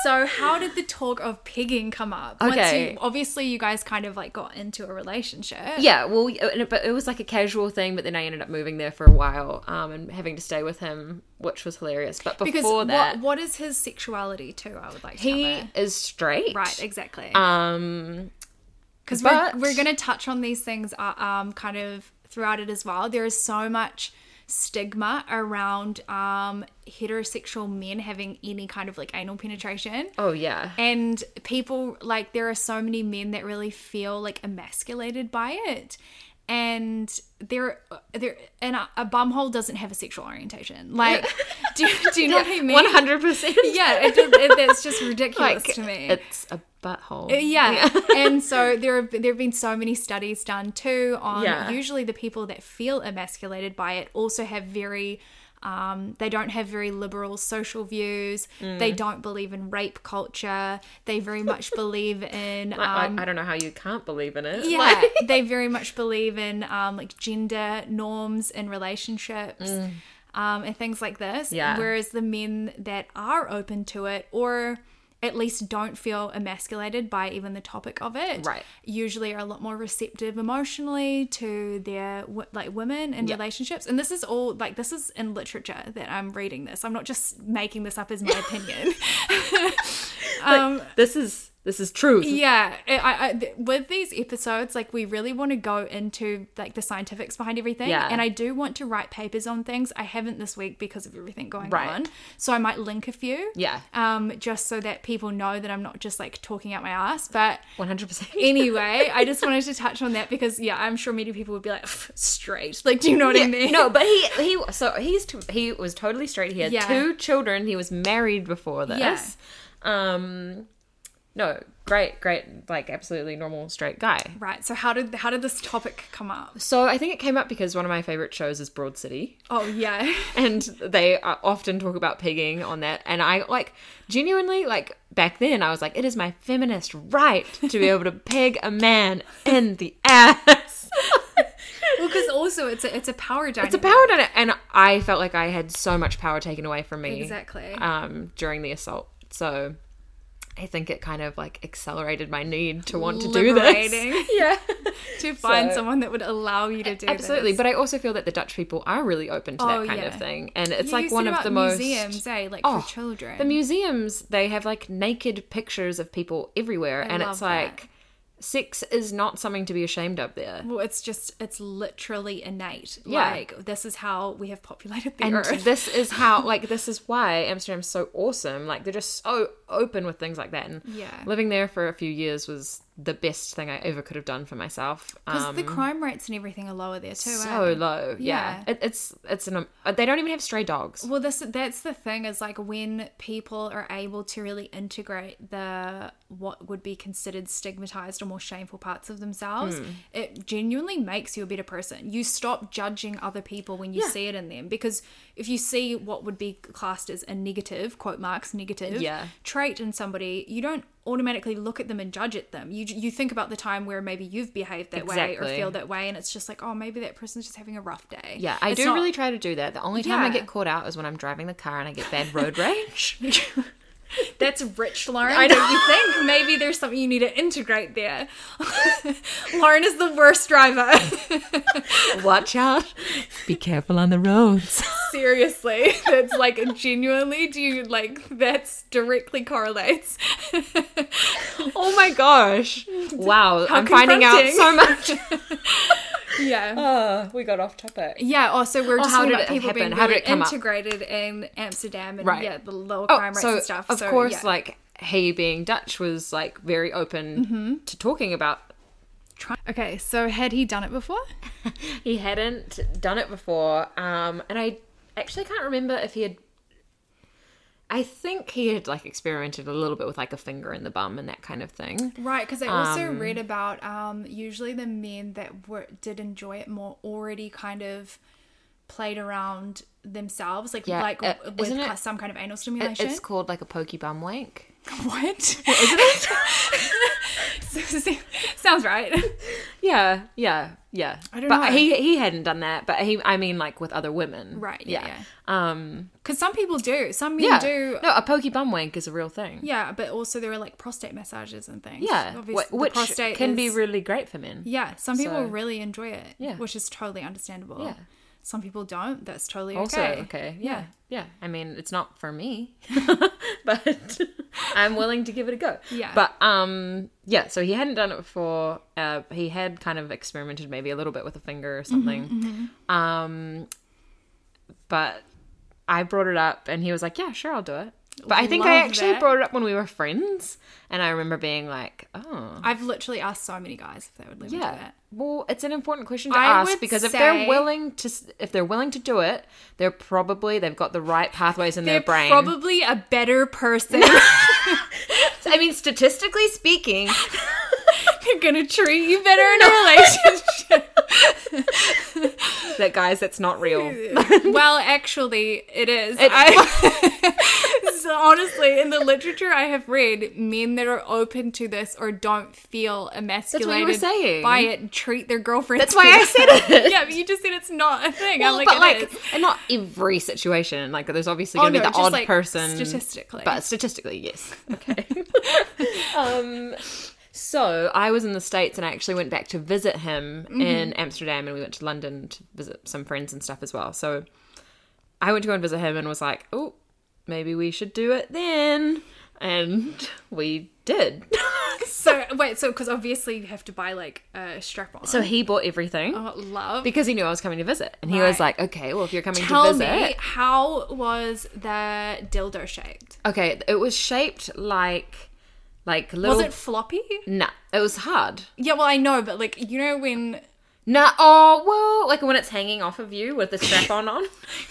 So how did the talk of pigging come up? Once
Okay.
you, obviously, you guys kind of like got into a relationship.
Yeah, well, y- and it- but it was like a casual thing. But then I ended up moving there for a while, um, and having to stay with him, which was hilarious. But before
Because
that,
what what is his sexuality too? I would like to
he
cover.
is straight,
right exactly
Um,
because
but-
we're, we're going to touch on these things uh, um kind of throughout it as well. There is so much stigma around um heterosexual men having any kind of like anal penetration.
oh yeah,
And people like there are so many men that really feel like emasculated by it. And there, there, and a, a bumhole doesn't have a sexual orientation.
[LAUGHS]
Like, do, do you know what I mean?
one hundred
[LAUGHS]
percent.
Yeah, it, does- it, that's just ridiculous
like
to me.
it's a butthole.
Uh, Yeah. and so there have there have been so many studies done too on
Yeah.
usually the people that feel emasculated by it also have very um, they don't have very liberal social views. They don't believe in rape culture. They very much believe in
I,
um,
I don't know how you can't believe in it.
yeah,
Like-
[LAUGHS]
[LAUGHS]
they very much believe in um, like gender norms and relationships um, and things like this.
Mm. Yeah.
Whereas the men that are open to it or at least don't feel emasculated by even the topic of it,
Right.
usually are a lot more receptive emotionally to their wo- like women and relationships. And this is all like this is in literature that I'm reading this. I'm not just making this up
[LAUGHS]
as my opinion.
this is this is truth.
yeah I- I, I, th- with these episodes like we really want to go into like the scientifics behind everything
Yeah.
and i do want to write papers on things i haven't this week because of everything going
Right.
on so i might link a few
Yeah.
um just so that people know that i'm not just like talking out my ass but
one hundred percent.
anyway i just wanted to touch on that because yeah i'm sure many people would be like [LAUGHS] "Pff, straight like do you know what i mean
No, but he he so he's t- he was totally straight. He had
Yeah.
two children. He was married before this. Um, no, great, great, like absolutely normal straight guy.
Right. So how did how did this topic come up?
So I think it came up because one of my favorite shows is Broad City,
Oh yeah. [LAUGHS]
and they uh, often talk about pigging on that. And I like genuinely like back then I was like, it is my feminist right to be able to peg a man in the ass.
well, because also it's a it's a power dynamic.
It's a power dynamic, and I felt like I had so much power taken away from me
Exactly.
um, during the assault. So I think it kind of like accelerated my need to want to do
Liberating.
this. [LAUGHS] Yeah,
[LAUGHS] to find
So-
someone that would allow you to do
[LAUGHS] absolutely.
this.
But I also feel that the Dutch people are really open to
Oh,
that kind of
yeah.
thing, and it's
You
like
used to
one
know
of
about
the most
museums, eh? Like
Oh,
for children.
The museums they have like naked pictures of people everywhere, and
love
it's
that.
like sex is not something to be ashamed of there.
well, it's just it's literally innate.
Yeah.
Like this is how we have populated the
and [LAUGHS]
earth.
this is how like this is why amsterdam's so awesome like they're just so open with things like that and
Yeah.
living there for a few years was the best thing i ever could have done for myself
Because
um
the crime rates and everything are lower there too.
so
eh?
low yeah,
Yeah.
It, it's it's an um, they don't even have stray dogs
Well, this that's the thing is like when people are able to really integrate the what would be considered stigmatized or more shameful parts of themselves,
Hmm.
it genuinely makes you a better person. You stop judging other people when you see it in them because if you see what would be classed as a negative quote marks negative
Yeah.
trait in somebody, you don't automatically look at them and judge at them. You you think about the time where maybe you've behaved that way or
Exactly.
feel that way, and it's just like oh maybe that person's just having a rough day.
yeah i
It's
do
not-
really try to do that the only time i
Yeah.
get caught out is when i'm driving the car and i get [LAUGHS] bad road rage
[LAUGHS] That's rich, Lauren.
I know.
don't you think? Maybe there's something you need to integrate there. [LAUGHS] Lauren is the worst driver. [LAUGHS]
watch out be careful on the roads
Seriously. That's like genuinely, do you like that's directly correlates?
[LAUGHS]
[LAUGHS]
oh my [LAUGHS] gosh wow i'm finding out so much
yeah.
[LAUGHS] oh, we got off topic
Yeah, also we're just
how
talking
did
about
it
people
happen?
being
How did
really
it come up?
integrated in Amsterdam and
Right.
yeah, the lower
Oh,
crime rates and stuff.
Of
so,
course,
yeah.
like he being Dutch was like very open
Mm-hmm.
to talking about.
Okay, so had he done it before?
He hadn't done it before, um, and I actually can't remember if he had. I think he had like experimented a little bit with like a finger in the bum and that kind of thing.
Right, because I also read about um, usually the men that were did enjoy it more already kind of played around themselves, like
Yeah,
like
uh,
with
isn't it-
some kind of anal
It-
stimulation.
it's called like a pokey bum wank.
what? [LAUGHS] Isn't it? [LAUGHS] Sounds right.
Yeah, yeah, yeah.
I don't
but
know.
he he hadn't done that, but he I mean like with other women.
Right. Yeah. yeah.
Um
Because some people do. Some men
yeah.
do.
No, a pokey bum wank is a real thing.
Yeah, but also there are like prostate massages and things.
Yeah.
Obviously,
wh-
the
which
prostate
can be
is-
really great for men.
Yeah, some people
So-
really enjoy it.
Yeah.
which is totally understandable.
Yeah.
Some people don't. That's totally
also
okay.
okay, yeah. yeah i mean it's not for me [LAUGHS] but [LAUGHS] i'm willing to give it a go
Yeah.
but um yeah so he hadn't done it before uh he had kind of experimented maybe a little bit with a finger
Mm-hmm,
or something um but i brought it up and he was like yeah sure i'll do it but i think i
Love
actually
that.
brought it up when we were friends and i remember being like oh
I've literally asked so many guys if they would let me do
yeah
that.
well it's an important question to
I
ask
would
because if
say-
they're willing to s- if they're willing to do it they're probably they've got the right pathways in their brain
probably a better person.
i mean statistically speaking
[LAUGHS] They're gonna treat you better in a relationship.
that guys that's not real
well, actually, it is. I- [LAUGHS] so honestly, in the literature I have read, men that are open to this or don't feel
you were
emasculated
saying.
by it treat their girlfriends.
that's why i said
better.
it
[LAUGHS] yeah, but you just said it's not a thing.
Well,
I'm like,
but
it
like
is.
and not every situation like there's obviously
Oh,
going to
no,
be the
just,
odd
like,
person
statistically.
but statistically yes [LAUGHS]
[LAUGHS]
okay um so I was in the States and I actually went back to visit him
Mm-hmm.
in Amsterdam and we went to London to visit some friends and stuff as well. So I went to go and visit him and was like, oh, maybe we should do it then. And [LAUGHS] we did. [LAUGHS]
So [LAUGHS] wait, so because obviously you have to buy like a strap on.
so he bought everything
love.
because he knew I was coming to visit. And he was
Right.
like, okay, well, if you're coming
Tell
to visit.
me, how was the dildo shaped?
Okay, it was shaped like, like little.
Was it floppy?
Nah, it was hard.
Yeah, well, I know, but like you know when [LAUGHS]
Nah, oh, whoa. Like when it's hanging off of you with the strap on on.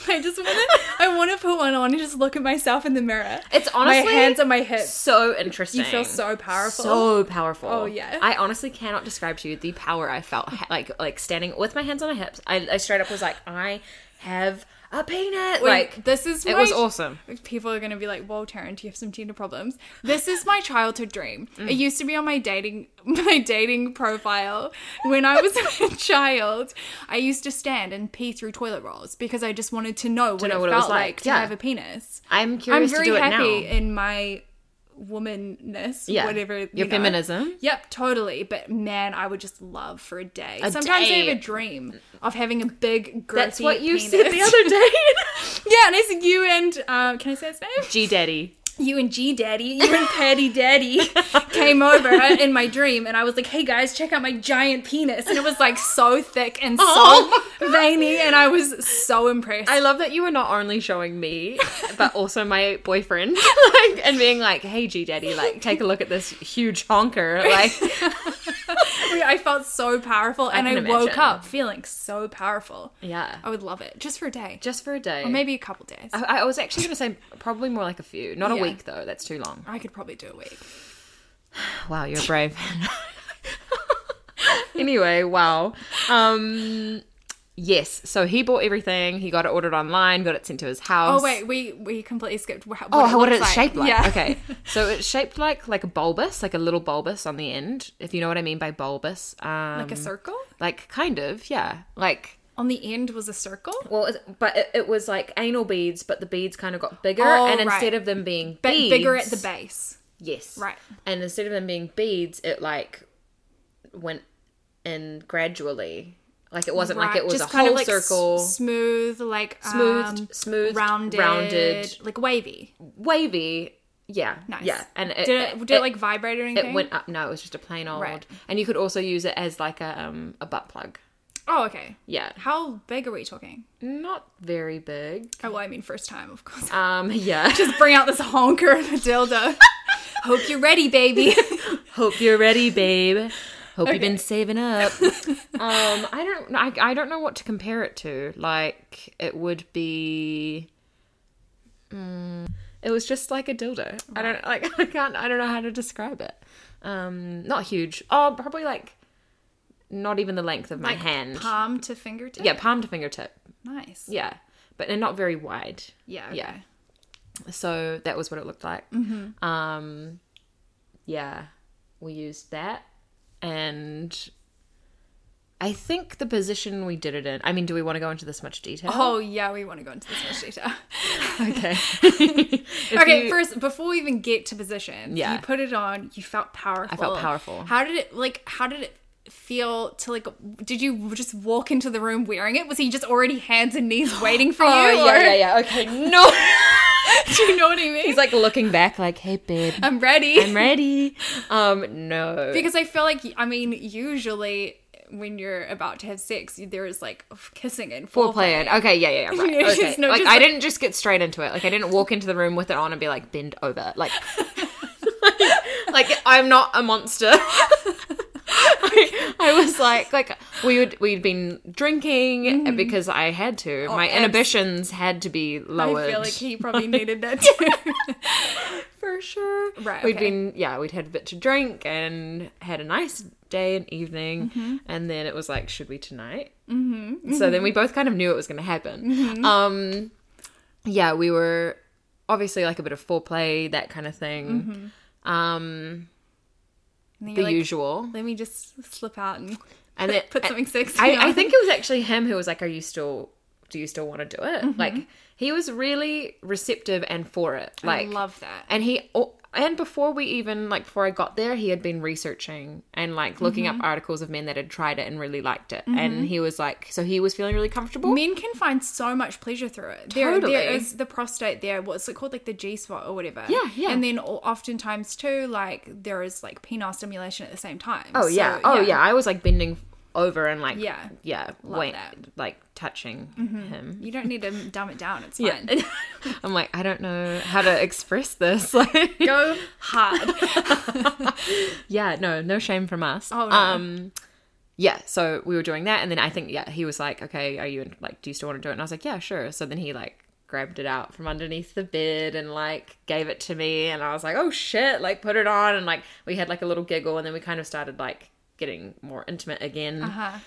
I just want to. I want to put one on and just look at myself in the mirror.
It's honestly
my hands on my hips.
so interesting.
You feel so powerful.
So powerful.
Oh, yeah.
I honestly cannot describe to you the power I felt ha- like like standing with my hands on my hips. I, I straight up was like, I have a peanut. like
like this is
it
my-
was awesome.
People are gonna be like, "Whoa, Taryn, do you have some gender problems?" This is my childhood dream.
Mm.
It used to be on my dating [LAUGHS] my dating profile when I was [LAUGHS] a child. I used to stand and pee through toilet rolls because I just wanted to know what,
know
it,
what it was
felt
like.
like, to
Yeah.
have a penis.
I'm
I'm
curious to
very
do it
happy
now.
in my womanness,
Yeah.
whatever you
Your
know.
feminism.
Yep, totally. But man, I would just love for a day.
A
Sometimes I
day.
have a dream of having a big, girthy
That's what you
penis.
said the other day.
[LAUGHS]
[LAUGHS]
Yeah, and I said you and uh, can I say his name?
G Daddy.
You and G Daddy, you and Patty
[LAUGHS]
Daddy came over in my dream, and I was like, "Hey guys, check out my giant penis!" And it was like so thick and so
[LAUGHS] Oh
veiny, and I was so impressed.
I love that you were not only showing [LAUGHS] me, but also my [LAUGHS] boyfriend, like, and being like, "Hey, G Daddy, like, take a look at this huge [LAUGHS] honker." Like,
[LAUGHS] I felt so powerful, and I,
can
woke
imagine.
up feeling so powerful.
yeah,
I would love it just for a day,
just Uh-huh. for a day.
or maybe a couple days.
I, I was actually going to say probably more like a few, not a
Yeah.
week though. That's too long.
I could probably do a week.
Oh, Wow, you're brave. [LAUGHS] anyway, wow. Um, yes. So he bought everything. He got it ordered online. Got it sent to his house.
Oh wait, we we completely skipped. wha- What
Oh, how- what
looks
it's shaped like? [LAUGHS]
Yeah.
Okay, so it's shaped like like a bulbous, like a little bulbous on the end. If you know what I mean by bulbous, um,
[LAUGHS] like a circle.
like kind of, yeah, like
On the end was a circle.
well, it- but it, it was like anal beads, but the beads kind of got bigger,
Oh,
and
right.
instead of them being
but
beads,
bigger at the base.
yes,
Right.
and instead of them being beads, it like went in gradually, like it wasn't like
Right,
it was
just
a
kind of
whole
like s-
circle,
smooth, like
Smoothed,
um,
smoothed,
rounded,
rounded.
like wavy.
wavy, yeah,
Nice.
yeah, and it,
did it, did it, like vibrate or anything?
It went up. No, it was just a plain old.
Right.
And you could also use it as like a um a butt plug.
Oh, okay.
Yeah,
How big are we talking?
not very big.
Oh, well, I mean, first time, of course.
Um, [LAUGHS] yeah.
Just bring out this honker of a [LAUGHS] dildo. Hope you're ready, baby.
Hope you're
[LAUGHS]
ready, babe. Hope you've been
Okay.
saving
[LAUGHS]
up. um, I don't. I, I don't know what to compare it to. Like it would be. mm, it was just like a dildo. I don't like. [LAUGHS] I can't. I don't know how to describe it. Um, not huge. Oh, probably like. Not even the length of my hand.
[LAUGHS] Palm to fingertip.
yeah, palm to fingertip.
Nice.
Yeah, but they're not very wide.
Yeah. okay.
Yeah. So that was what it looked like.
Mm-hmm.
Um, yeah, we used that, and I think the position we did it in. I mean, do we want to go into this much detail? [LAUGHS]
Oh yeah, we want to go into this much detail.
okay.
[LAUGHS] okay,
okay.
first before we even get to position,
Yeah.
you put it on. You felt powerful.
powerful.
How did it like? How did it feel to like? Did you just walk into the room wearing it? Was he just already hands and [GASPS] knees waiting for
oh
you?
yeah,
or-
yeah, yeah. Okay,
[LAUGHS]
no.
Do you know what I mean?
He's like looking back, like, "Hey, babe,
I'm ready.
I'm ready." Um, no.
because I feel like I mean, usually when you're about to have sex, there is like kissing and
Full
foreplay.
plan. Okay, yeah, yeah, yeah. Right.
[LAUGHS] It's
Okay.
not
like
just
I
like-
didn't just get straight into it. Like I didn't walk into the room with it on and be like bend over.
[LAUGHS]
Like, like I'm not a
[LAUGHS]
monster. I, I was like, like we would we'd been drinking because I had to. My
abs-
inhibitions had to be lowered.
Mm. Oh, I feel like
[LAUGHS]
he probably needed that too. [LAUGHS]
for sure.
Right,
We'd
okay.
been yeah, we'd had a bit to drink and had a nice day and evening,
Mm-hmm.
and then it was like, should we tonight? Mm-hmm. So then we both kind of knew it was going to happen.
Mm-hmm.
Um, yeah, we were obviously like a bit of foreplay, that kind of thing. Um,
And then
the
Mm-hmm. you're like,
usual,
Let me just slip out and
and then
put something sexy.
I, I
on."
think it was actually him who was like, "Are you still? Do you still want to do
Mm-hmm.
it?" Like he was really receptive and for it. Like
I love that.
and he oh, and before we even like before i got there he had been researching and like looking
Mm-hmm.
up articles of men that had tried it and really liked it and he was like so he was feeling really comfortable
Men can find so much pleasure through it. There, there
Oh. Totally.
is the prostate there. What's it called? Like the G spot or whatever.
Yeah, yeah.
And then o- oftentimes too, like there is like penile stimulation at the same time.
oh
So,
yeah oh yeah. i was like bending over and like
Yeah.
yeah
Love
wait,
that. Mm-hmm.
like touching
[LAUGHS]
him
You don't need to dumb it down. It's
yeah
fine.
i'm like i don't know how to express this [LAUGHS] like
Go hard.
yeah no no shame from us
Oh, no.
um yeah, so we were doing that, and then I think yeah, he was like, okay, are you in, like, do you still want to do it? And I was like, yeah, sure. So then he like grabbed it out from underneath the bed and like gave it to me, and I was like, oh shit, like put it on, and like we had like a little giggle, and then we kind of started like getting more intimate again. [LAUGHS]
Uh-huh.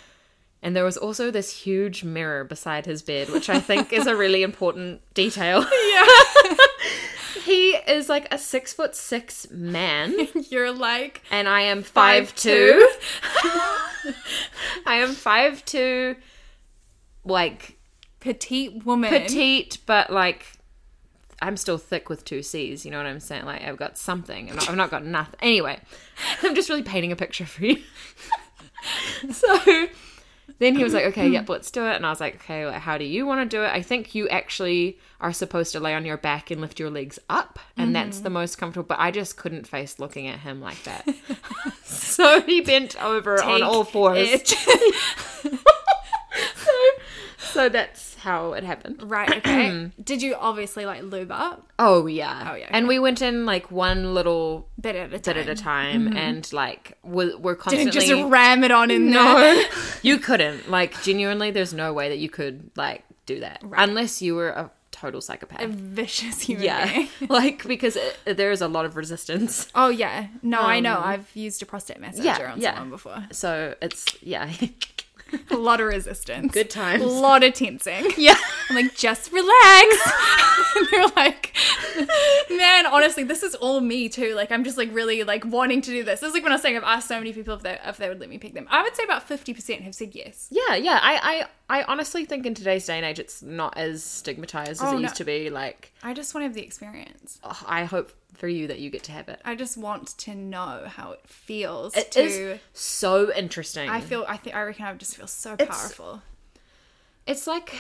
And there was also this huge mirror beside his bed, which I think is a really important
[LAUGHS]
detail. [LAUGHS] he is like a six foot six
[LAUGHS]
man,
You're like
and I am
Five
five, two. [LAUGHS] I am five two, like
petite woman.
petite, but like I'm still thick with two C's. You know what I'm saying? Like I've got something. I'm not, I've not got nothing. Anyway, [LAUGHS] I'm just really painting a picture for you. [LAUGHS] so then he was like, "Okay, yep, let's do it." And I was like, "Okay, like, how do you want to do it? I think you actually are supposed to lay on your back and lift your legs up, and that's the most comfortable." But I just couldn't face looking at him like that. [LAUGHS] so he bent over on
Take
all fours. [LAUGHS]
it.
So that's how it happened.
right.
Mm.
Okay. Did you obviously like lube up?
Oh yeah.
yeah,
And we went in like one little
Bit at a
bit
time.
at
Mm-hmm.
a time, and like we're, we're constantly.
Didn't just ram it on in there.
no, [LAUGHS] you couldn't. Like genuinely, there's no way that you could like do that unless you were a total psychopath.
A vicious [LAUGHS] human
yeah,
being.
[LAUGHS] like because it, there is a lot of resistance.
Oh yeah. No, I know. I've used a prostate massager
Um, yeah,
on
yeah.
someone before.
So it's yeah, [LAUGHS]
A lot of resistance.
Good times.
A lot of tensing.
yeah.
I'm like,
[LAUGHS]
just relax. [LAUGHS] and they're like, man, honestly, this is all me too. Like, I'm just like really like wanting to do this. This is like when I was saying I've asked so many people if they if they would let me pick them. I would say about fifty percent have said yes.
Yeah, yeah. I, I, I honestly think in today's day and age, it's not as stigmatized as
Oh,
it
no.
used to be. Like,
I just want to have the experience.
oh, I hope for you that you get to have it.
I just want to know how it feels
It
to.
is so interesting.
I feel. I think. I reckon. I just feel so powerful.
it's like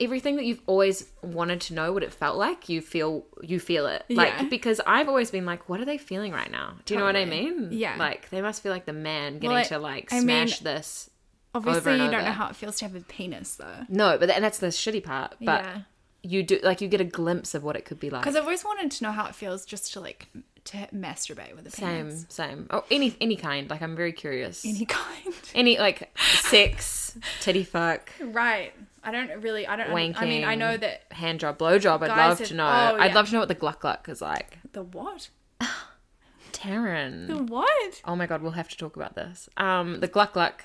everything that you've always wanted to know what it felt like you feel you feel it like
Yeah.
because i've always been like what are they feeling right now do you know what i
Totally.
mean
Yeah.
like they must feel like the man getting
I-
to like
I mean-
smash this over
Obviously,
and
you don't
over.
know how it feels to have a penis though.
no but and that's the shitty part but
Yeah.
you do like you get a glimpse of what it could be like
Because I've always wanted to know how it feels just to like to masturbate with a
same
penis.
same oh any any kind like i'm very curious any,
Any kind.
like sex titty fuck
[LAUGHS] Right. I don't really. I don't. I mean, I
Wanking.
know that
hand job blow job i'd
Guys
love
have-
to know
oh,
i'd
yeah.
love to know what the gluck gluck is like
the what?
taryn
The what?
Oh my god, we'll have to talk about this. Um, the gluck gluck,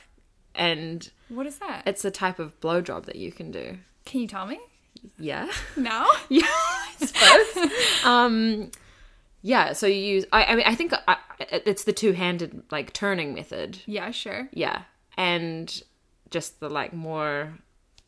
and
What is that?
it's a type of blowjob that you can do.
Can you tell me?
Yeah,
No.
[LAUGHS] yeah, [LAUGHS] I suppose. um, yeah. So you use. I, I mean, I think I, it's the two-handed like turning method.
Yeah, sure.
Yeah, and just the like more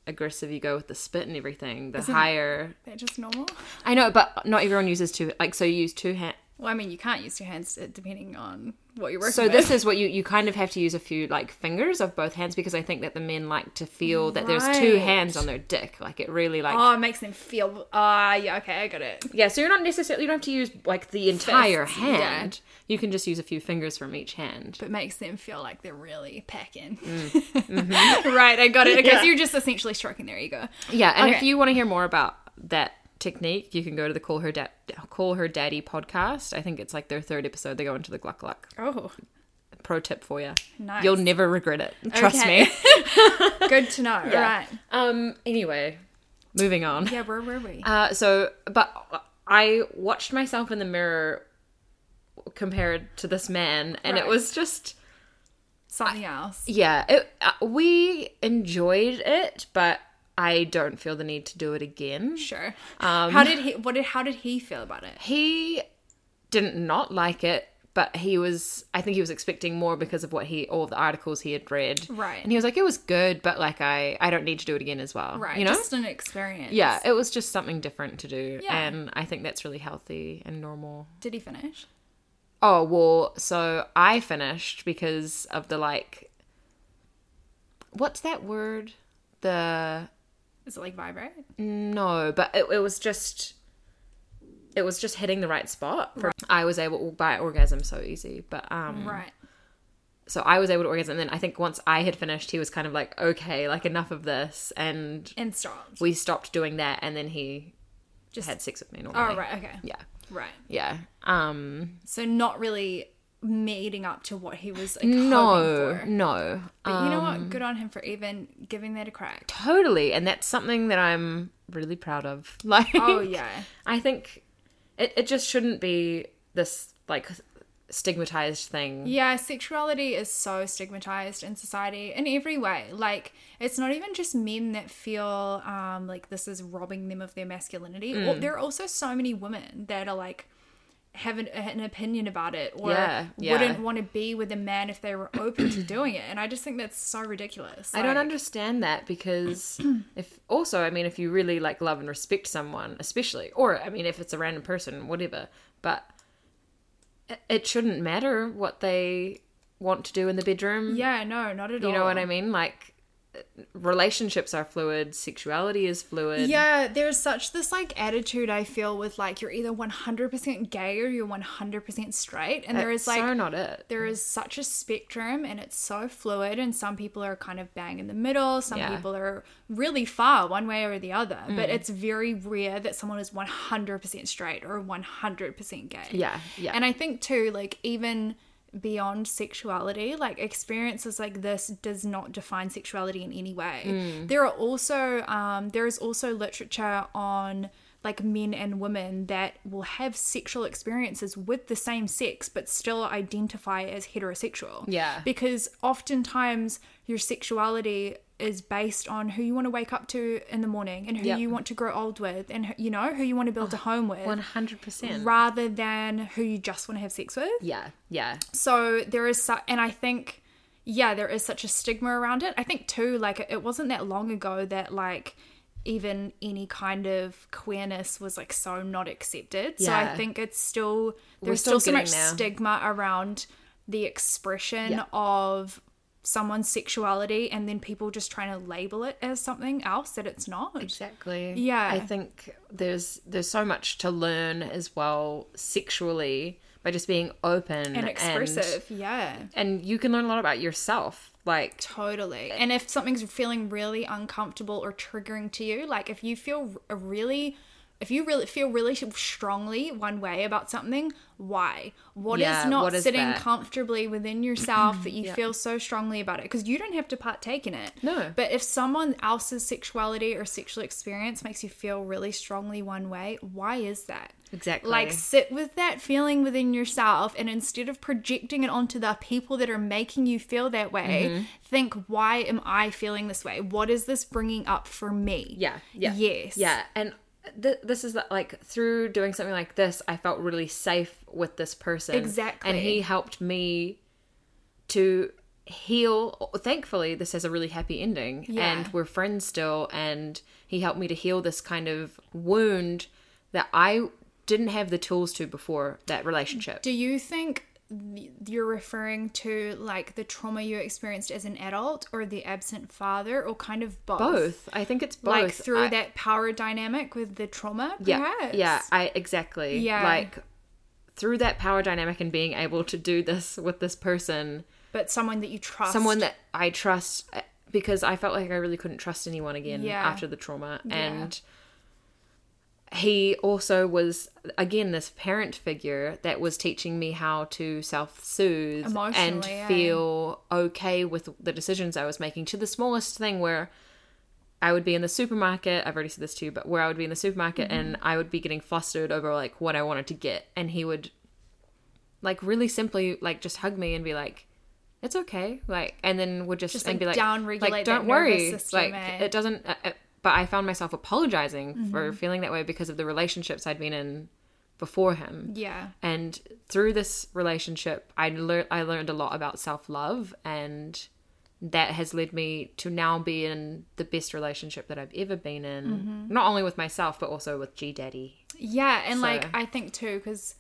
aggressive you go with the spit and everything, the higher.
They're just normal.
I know, but not everyone uses two. Like, so you use two hand.
Well, I mean, you can't use your hands uh, depending on what you're working.
So
with.
this is what you you kind of have to use a few like fingers of both hands because I think that the men like to feel that there's two
Right.
hands on their dick. Like it really like
Oh, it makes them feel. Ah, yeah. Okay, I got it.
yeah. So you're not necessarily you don't have to use like the entire
Fists, yeah.
hand. You can just use a few fingers from each hand.
But makes them feel like they're really packing. [LAUGHS] right, I got it.
Mm.
Okay,
Mm-hmm. Yeah.
so you're just essentially stroking their ego.
Yeah, and if
Okay.
you want to hear more about that technique, you can go to the Call Her Dad Call Her Daddy podcast. I think it's like their third episode. They go into the gluck gluck.
Oh,
Pro tip for you.
Nice.
You'll never regret it. Trust
Okay.
me.
good to know. Right.
[LAUGHS] Um. Anyway, moving on.
Yeah, where were we?
Uh, so, but I watched myself in the mirror compared to this man, and it
Right.
was just
Something else.
yeah. It, uh, we enjoyed it, but I don't feel the need to do it again.
Sure. how did he? What did? How did he feel about it?
He didn't not like it, but he was. I think he was expecting more because of what he all the articles he had read.
Right.
and he was like, "It was good, but like I I don't need to do it again as well."
Right.
you know.
Just an experience.
yeah, it was just something different to do,
Yeah.
and I think that's really healthy and normal.
Did he finish?
Oh, well, so I finished because of the like. What's that word? The.
Is it like vibrate?
No, but it, it was just. It was just hitting the right spot. For, I was able by orgasm so easy, but um,
Right.
so I was able to orgasm. And then I think once I had finished, he was kind of like, okay, like enough of this, and
And stopped.
we stopped doing that. And then he
Just
had sex with me normally.
Oh right, okay.
Yeah,
Right.
yeah. Um,
So not really meeting up to what he was like,
No,
hoping for.
no.
But you know what? Good on him for even giving that a crack.
Totally. And that's something that I'm really proud of. [LAUGHS] Like
Oh yeah.
I think it, it just shouldn't be this like stigmatized thing.
Yeah, sexuality is so stigmatized in society in every way. Like, it's not even just men that feel um, like this is robbing them of their masculinity.
Mm.
Or, there are also so many women that are like, have an, an opinion about it or
Yeah, yeah.
wouldn't want to be with a man if they were open to doing it. And I just think that's so ridiculous.
I don't
Like,
understand that
[CLEARS THROAT]
because if also I mean if you really like love and respect someone, especially or I mean if it's a random person, whatever, but it- it shouldn't matter what they want to do in the bedroom.
Yeah, no, not at all.
You know what I mean? Like relationships are fluid, sexuality is fluid.
Yeah, there's such this like attitude I feel with like you're either 100% gay or you're 100% straight. And there is
That's
like
so not it.
there is such a spectrum and it's so fluid and some people are kind of bang in the middle some
Yeah. Mm.
people are really far one way or the other but it's very rare that someone is 100% straight or 100% gay
Yeah, yeah.
and i think too like even beyond sexuality like experiences like this does not define sexuality in any way
Mm.
there are also um, there is also literature on like men and women that will have sexual experiences with the same sex but still identify as heterosexual
Yeah.
because oftentimes your sexuality is based on who you want to wake up to in the morning and who
Yep.
you want to grow old with and who- you know who you want to build a home with
One hundred percent.
rather than who you just want to have sex with.
Yeah, yeah,
So there is, su- and I think, yeah, there is such a stigma around it. I think too, like it wasn't that long ago that like even any kind of queerness was like so not accepted. So I
Yeah.
think it's still there's
still
still, so much
getting there.
stigma around the expression
Yeah.
of someone's sexuality and then people just trying to label it as something else that it's not.
exactly.
Yeah.
I think there's there's so much to learn as well sexually by just being open
And expressive, yeah.
and, and you can learn a lot about yourself. Like
Totally. And if something's feeling really uncomfortable or triggering to you, like if you feel a really if you really feel really strongly one way about something, why? What is
Yeah,
not
what is
sitting
that?
comfortably within yourself
[CLEARS THROAT]
that you feel so strongly about it? Because you don't have to partake in it.
No.
But if someone else's sexuality or sexual experience makes you feel really strongly one way, why is that?
Exactly.
Like sit with that feeling within yourself and instead of projecting it onto the people that are making you feel that way
Mm-hmm.
think why am i feeling this way what is this bringing up for me
yeah, yeah,
yes
yeah. And th- this is the, like through doing something like this, I felt really safe with this person. and
Exactly.
he helped me to heal thankfully this has a really happy ending
Yeah.
and we're friends still and he helped me to heal this kind of wound that i didn't have the tools to before that relationship
do you think th- you're referring to like the trauma you experienced as an adult or the absent father or kind of both
both i think it's both
like through
I-
that power dynamic with the trauma
yeah
perhaps?
yeah i exactly
Yeah.
like through that power dynamic and being able to do this with this person
but someone that you trust
someone that I trust uh, because I felt like I really couldn't trust anyone again
Yeah.
after the trauma and he also was again this parent figure that was teaching me how to self-soothe and
Emotionally, eh? yeah.
feel okay with the decisions I was making to the smallest thing where I would be in the supermarket. I've already said this to you, but where I would be in the supermarket and
Mm-hmm.
I would be getting flustered over like what I wanted to get, and he would like really simply like just hug me and be like, "It's okay," like, and then would just,
Just,
and
like,
be like,
downregulate
like,
that
don't
nervous
worry,
system,
like
eh? Mm-hmm.
it doesn't." Uh, uh, but I found myself apologizing for feeling that way because of the relationships I'd been in before him
yeah
and through this relationship i learned i learned a lot about self-love and that has led me to now be in the best relationship that i've ever been in not only with myself but also with g daddy
Yeah, and
So-
like I think too, because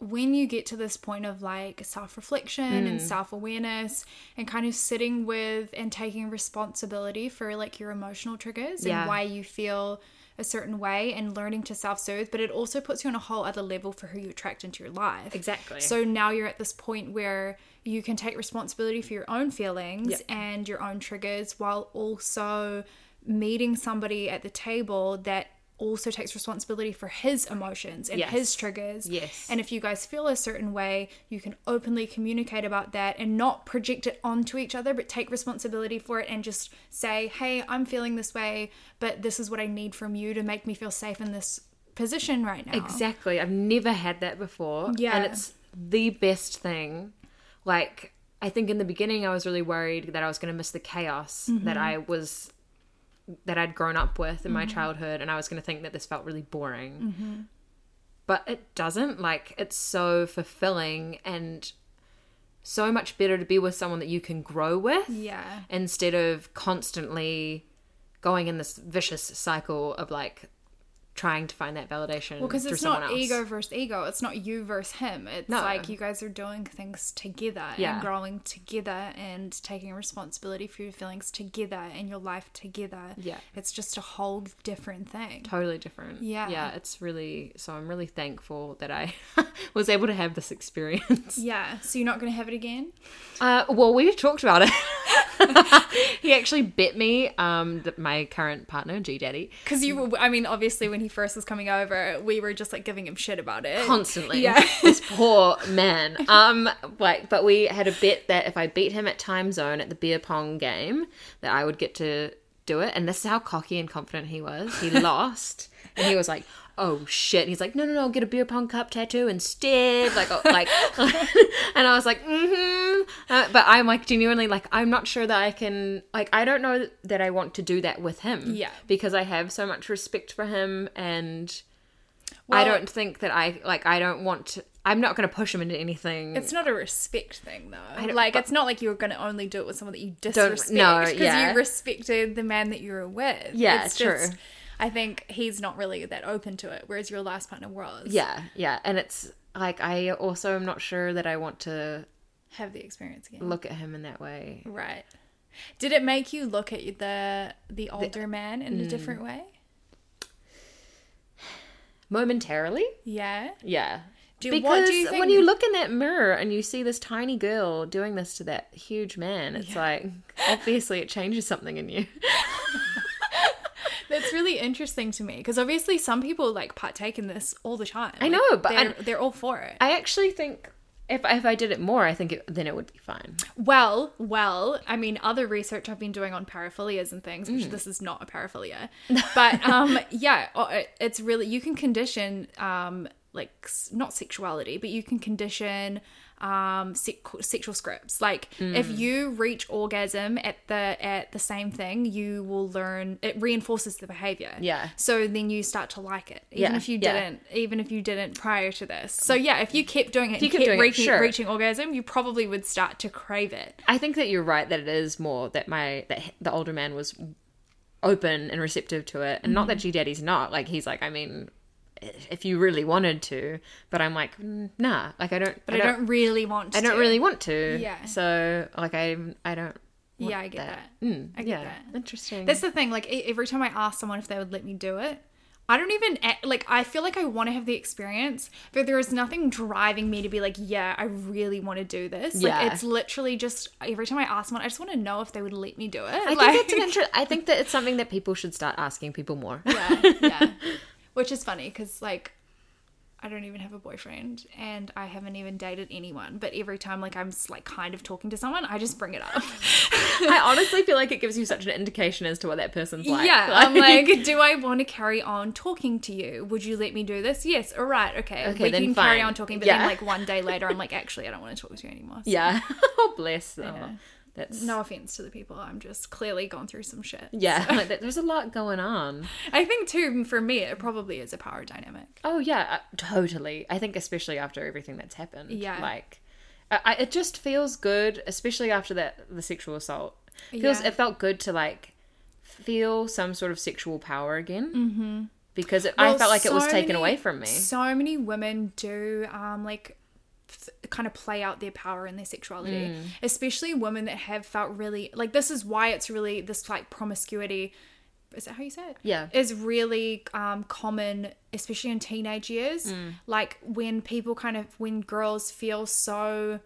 when you get to this point of like self reflection
Mm.
and self awareness and kind of sitting with and taking responsibility for like your emotional triggers
Yeah.
and why you feel a certain way and learning to self soothe, but it also puts you on a whole other level for who you attract into your life.
Exactly.
So now you're at this point where you can take responsibility for your own feelings
Yep.
and your own triggers while also meeting somebody at the table that also takes responsibility for his emotions and
Yes.
his triggers.
Yes.
And if you guys feel a certain way, you can openly communicate about that and not project it onto each other, but take responsibility for it and just say, hey, I'm feeling this way, but this is what I need from you to make me feel safe in this position right now.
Exactly. I've never had that before.
Yeah.
And it's the best thing. Like, I think in the beginning, I was really worried that I was going to miss the chaos that
Mm-hmm.
I was, that I'd grown up with in my childhood. And I was going to think that this felt really boring.
Mm-hmm.
But it doesn't. Like, it's so fulfilling and so much better to be with someone that you can grow with
Yeah.
instead of constantly going in this vicious cycle of like trying to find that validation
Because
through
it's
someone
not
else.
ego versus ego. It's not you versus him. It's
No.
like you guys are doing things together
Yeah.
and growing together and taking responsibility for your feelings together and your life together.
Yeah.
It's just a whole different thing.
Totally different.
Yeah.
Yeah, it's really so I'm really thankful that I [LAUGHS] was able to have this
[LAUGHS]
experience.
Yeah. So you're not going to have it again?
Uh well we talked about it. [LAUGHS] he actually bit me, um th- my current partner, G Daddy,
Because you
Mm.
were, I mean, obviously when he first was coming over, we were just like giving him shit about it.
constantly. [LAUGHS]
Yeah.
this poor man. Um, like, but we had a bet that if I beat him at time zone at the beer pong game, that I would get to do it. And this is how cocky and confident he was.
[LAUGHS]
He lost, and he was like, "Oh shit!" And he's like, "No, no, no, get a beer pong cup tattoo instead." Like, oh, like, [LAUGHS] and I was like, "Hmm." Uh, but I'm like genuinely like I'm not sure that I can like I don't know that I want to do that with him.
Yeah.
because I have so much respect for him and. I
Well-
don't think that I like. I don't want to. I'm not going to push him into anything.
It's not a respect thing though.
don't-
Like
but-
it's not like you were going to only do it with someone that you disrespect.
no,
because
yeah.
you respected the man that you were with.
Yeah,
it's
true.
Just, I think he's not really that open to it, whereas your last partner was.
yeah, yeah, and it's like I also am not sure that I want to
have the experience again.
look at him in that way.
Right. Did it make you look at the the older man in
mm.
a different way?
Momentarily,
Yeah.
yeah.
Do-
because
what do you
when
think-
you look in that mirror and you see this tiny girl doing this to that huge man, it's like obviously it changes something in you. [LAUGHS]
That's really interesting to me because obviously some people like partake in this all the time. I
know, but
they're,
I-
they're all for it.
I actually think if if I did it more, I think it, then it would be fine.
Well, well, I mean, other research I've been doing on paraphilias and things,
Mm.
which this is not
[LAUGHS]
a paraphilia, but um, yeah, uh, it- it's really you can condition um, like s- not sexuality, but you can condition um sec- sexual scripts like if
Mm.
you reach orgasm at the at the same thing you will learn it reinforces the behavior
Yeah.
so then you start to like it even
Yeah,
if you
yeah.
didn't even if you didn't prior to this so yeah if you kept doing it
you
you
kept
kept
doing it,
reaching,
sure.
reaching orgasm, you probably would start to crave it.
I think that you're right that it is more that my that h- the older man was open and receptive to it, and not that
Mm-hmm.
G Daddy's not. Like he's like, I mean, if you really wanted to, but I'm like, "Mm, nah, like I don't,
But I don't, really want to.
I don't really want to.
Yeah.
So like I I don't. want
Yeah, I get that.
Mm,
I get
yeah.
that.
Interesting.
That's the thing. Like, e- every time I ask someone if they would let me do it, I don't even, act- like, I feel like I want to have the experience, but there is nothing driving me to be like, yeah, I really want to do this.
Yeah.
Like, it's literally just, every time I ask someone, I just want to know if they would let me do it.
I think
like, [LAUGHS]
that's an inter- I think that it's something that people should start asking people more. [LAUGHS]
yeah, yeah. Which is funny because like I don't even have a boyfriend and I haven't even dated anyone. But every time like I'm s- like kind of talking to someone, I just bring it
[LAUGHS]
up.
I honestly feel like it gives you such an indication as to what that person's [LAUGHS] like.
yeah, I'm like, [LAUGHS] do I want to carry on talking to you? Would you let me do this? Yes. All right. Okay.
Okay,
we
then
can carry
fine.
on talking. But
Yeah.
then like one day later, I'm like, actually, I don't want to talk to you anymore. So,
yeah. [LAUGHS] oh, bless them. That's
No offense to the people. I'm just clearly gone through some shit.
Yeah, [LAUGHS] like that, there's a lot going on.
I think too for me, it probably is a power dynamic.
Oh yeah, uh, totally. I think especially after everything that's happened.
Yeah.
like I, I- it just feels good, especially after that the sexual assault. It feels
Yeah.
it felt good to like feel some sort of sexual power again mm-hmm. because it, I
Well,
felt like it was
so
taken
many-
away from me.
So many women do um like th- kind of play out their power and their sexuality,
Mm.
especially women that have felt really like this is why it's really this like promiscuity. Is that how you say it?
Yeah.
is really um, common, especially in teenage years.
Mm.
Like when people kind of when girls feel so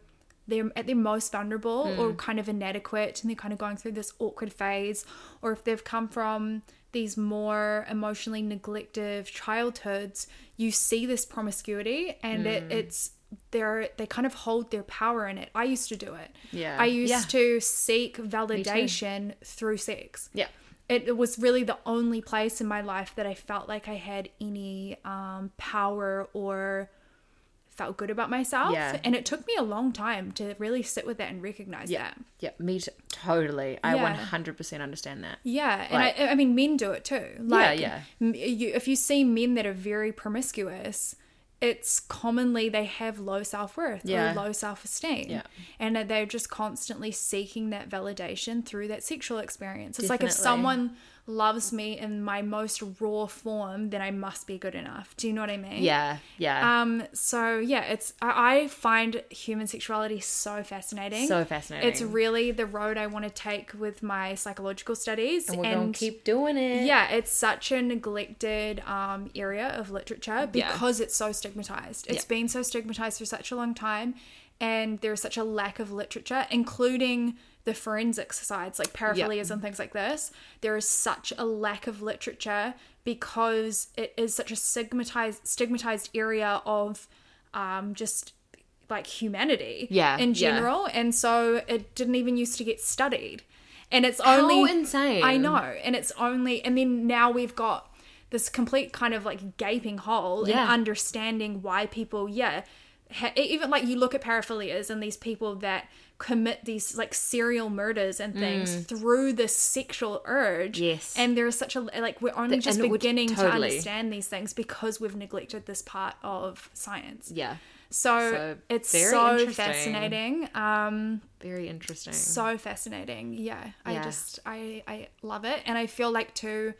they're at their most vulnerable or kind of inadequate and they're kind of going through this awkward phase, or if they've come from these more emotionally neglective childhoods, you see this promiscuity and it, it's they're they kind of hold their power in it. I used to do it.
Yeah.
I used
Yeah.
to seek validation through sex.
Yeah.
It was really the only place in my life that I felt like I had any um, power or felt good about myself.
Yeah.
And it took me a long time to really sit with that and recognize
Yeah.
that.
Yeah. Me t- totally. I
Yeah.
100% understand that.
Yeah, and
Like-
I, I mean, men do it too. Like,
yeah.
m- You, if you see men that are very promiscuous, it's commonly they have low self worth
Yeah.
or low self esteem,
Yeah.
and that they're just constantly seeking that validation through that sexual experience. It's like if
Definitely.
someone loves me in my most raw form, then I must be good enough. Do you know what I mean?
Yeah. Yeah.
Um. So yeah, it's I, I find human sexuality so fascinating.
So fascinating.
It's really the road I want to take with my psychological studies,
and we're going to keep doing it.
yeah, it's such a neglected um, area of literature
Yeah.
because it's so stigmatized. It's
Yeah.
been so stigmatized for such a long time, and there is such a lack of literature, including the forensics sides, like paraphilias and things like this. There is such a lack of literature because it is such a stigmatized stigmatized area of um, just like humanity
Yeah,
in
yeah.
general, and so it didn't even used to get studied. And it's
How
only
insane.
I know, and it's only and then now we've got this complete kind of like gaping hole in
Yeah.
understanding why people, yeah, ha- e, even like you look at paraphilias and these people that commit these like serial murders and things through this sexual urge.
Mm. Yes.
and there is such a like we're only
The-
just
and it would-
beginning to
totally.
understand these things because we've neglected this part of science.
Yeah.
So,
So,
it's
very
so
interesting.
fascinating. Um,
Very interesting.
so fascinating. Yeah,
Mm. Yeah.
I just I I love it, and I feel like too.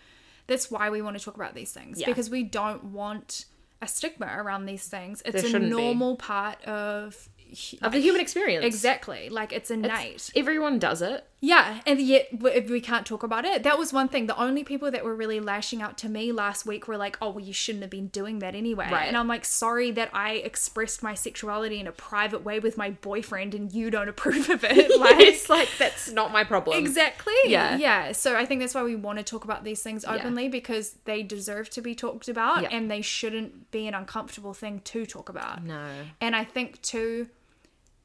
That's why we want to talk about these things
Yeah.
because we don't want a stigma around these things. It's
There
a
shouldn't be.
normal part of hu-
of the human experience.
exactly like it's innate.
Everyone does it.
Yeah, and yet w- if we can't talk about it. That was one thing. The only people that were really lashing out to me last week were like, "Oh, well, you shouldn't have been doing that anyway."
Right.
And I'm like, "Sorry that I expressed my sexuality in a private way with my boyfriend, and you don't approve of it." [LAUGHS] [LAUGHS] Like,
it's like that's not my problem.
Exactly.
Yeah.
Yeah. So I think that's why we want to talk about these things openly because they deserve to be talked about
Yeah.
and they shouldn't be an uncomfortable thing to talk about.
No.
And I think too,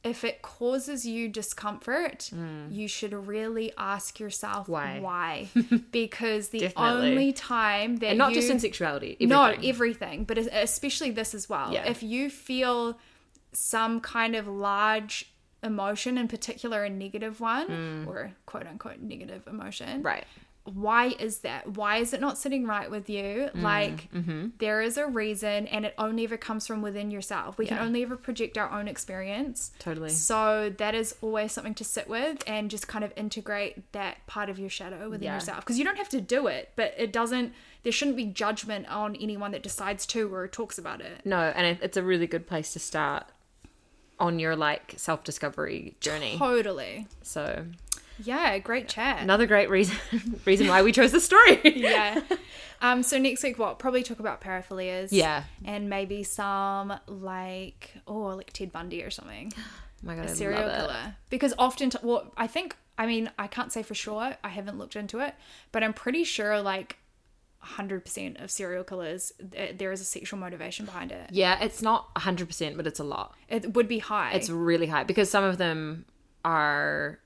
if it causes you discomfort, you should really ask yourself
Mm. Why?
why.
[LAUGHS]
because the
Definitely.
only time that
And not
you,
just in sexuality.
no, e-
Everything.
everything, but es- especially this as well.
Yeah.
If you feel some kind of large emotion, in particular a negative one,
Mm.
or quote unquote negative emotion,
right.
why is that? Why is it not sitting right with you?
Mm,
Like,
mm-hmm.
there is a reason, and it only ever comes from within yourself. We
Yeah.
can only ever project our own experience.
Totally.
So that is always something to sit with and just kind of integrate that part of your shadow within
Yeah.
yourself. Because you don't have to do it, but it doesn't, there shouldn't be judgment on anyone that decides to or talks about it.
No, and it, it's a really good place to start on your like self discovery journey.
Totally.
So
Yeah, great chat.
another great reason [LAUGHS] reason why we chose this
[LAUGHS]
story. Oh
yeah. Um, so next week, what? Probably talk about paraphilias.
Yeah.
And maybe some like, oh, like Ted Bundy or something.
Oh my god, [GASPS] I
serial
love it.
killer. Because often, t- well, I think, I mean, I can't say for sure. I haven't looked into it, but I'm pretty sure like 100% of serial killers, th- there is a sexual motivation behind it.
Yeah, it's not hundred percent, but it's a lot.
It would be high.
It's really high because some of them are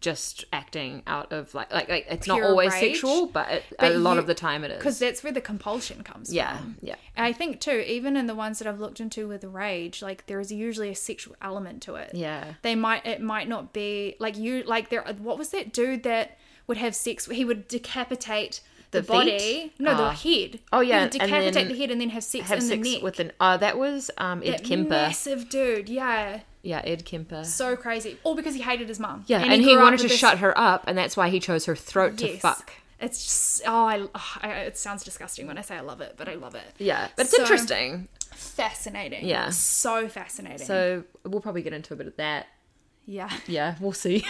just acting out of like like, like it's not
Pure
always
rage.
sexual, but, it,
But
a lot
you-
of the time it is.
because that's where the compulsion comes
Yeah,
from.
yeah.
And I think too, even in the ones that I've looked into with rage, like there is usually a sexual element to it.
Yeah.
they might it might not be like you like there what was that dude that would have sex he would decapitate the,
The feet?
body no
Ah.
the head
Oh, yeah,
he would
and then
decapitate the head and then have sex
Have
in
sex
the neck
with an uh that was um Ed
That
Kemper.
massive dude yeah
Yeah, Ed Kemper.
so crazy all because he hated his mum
Yeah, and, he,
grew up
wanted
with
to
this-
shut her up, and that's why he chose her throat to
Yes.
fuck.
it's just oh I, oh, I it sounds disgusting when I say I love it but I love it
Yeah, but it's
So-
interesting.
fascinating
Yeah.
so fascinating
So we'll probably get into a bit of that.
yeah [LAUGHS]
Yeah, we'll see.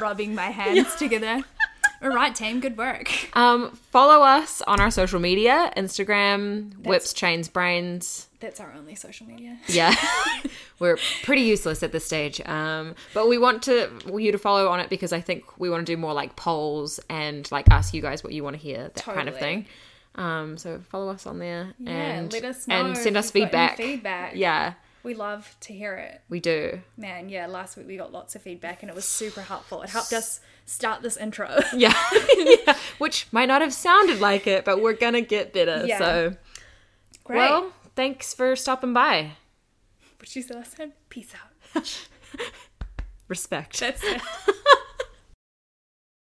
rubbing my hands together all right team good work
[LAUGHS] um, follow us on our social media: Instagram, Whips, Chains, Brains. [LAUGHS]
that's our only social media
Yeah, We're pretty useless at this stage. Um, but we want to you to follow on it because I think we want to do more like polls and like ask you guys what you want to hear, that kind of
Totally.
thing. Um, so follow us on there
Yeah,
and
let us know
and
if
send us
you've got
feedback.
any feedback.
Yeah,
We love to hear it.
we do.
Man, yeah, last week we got lots of feedback and it was super helpful. It helped us start this intro.
Yeah. yeah. Which might not have sounded like it, but we're gonna get better.
Yeah.
So
[LAUGHS] Great.
well, thanks for stopping by.
what did you say last time? Peace out.
Respect.
That's it.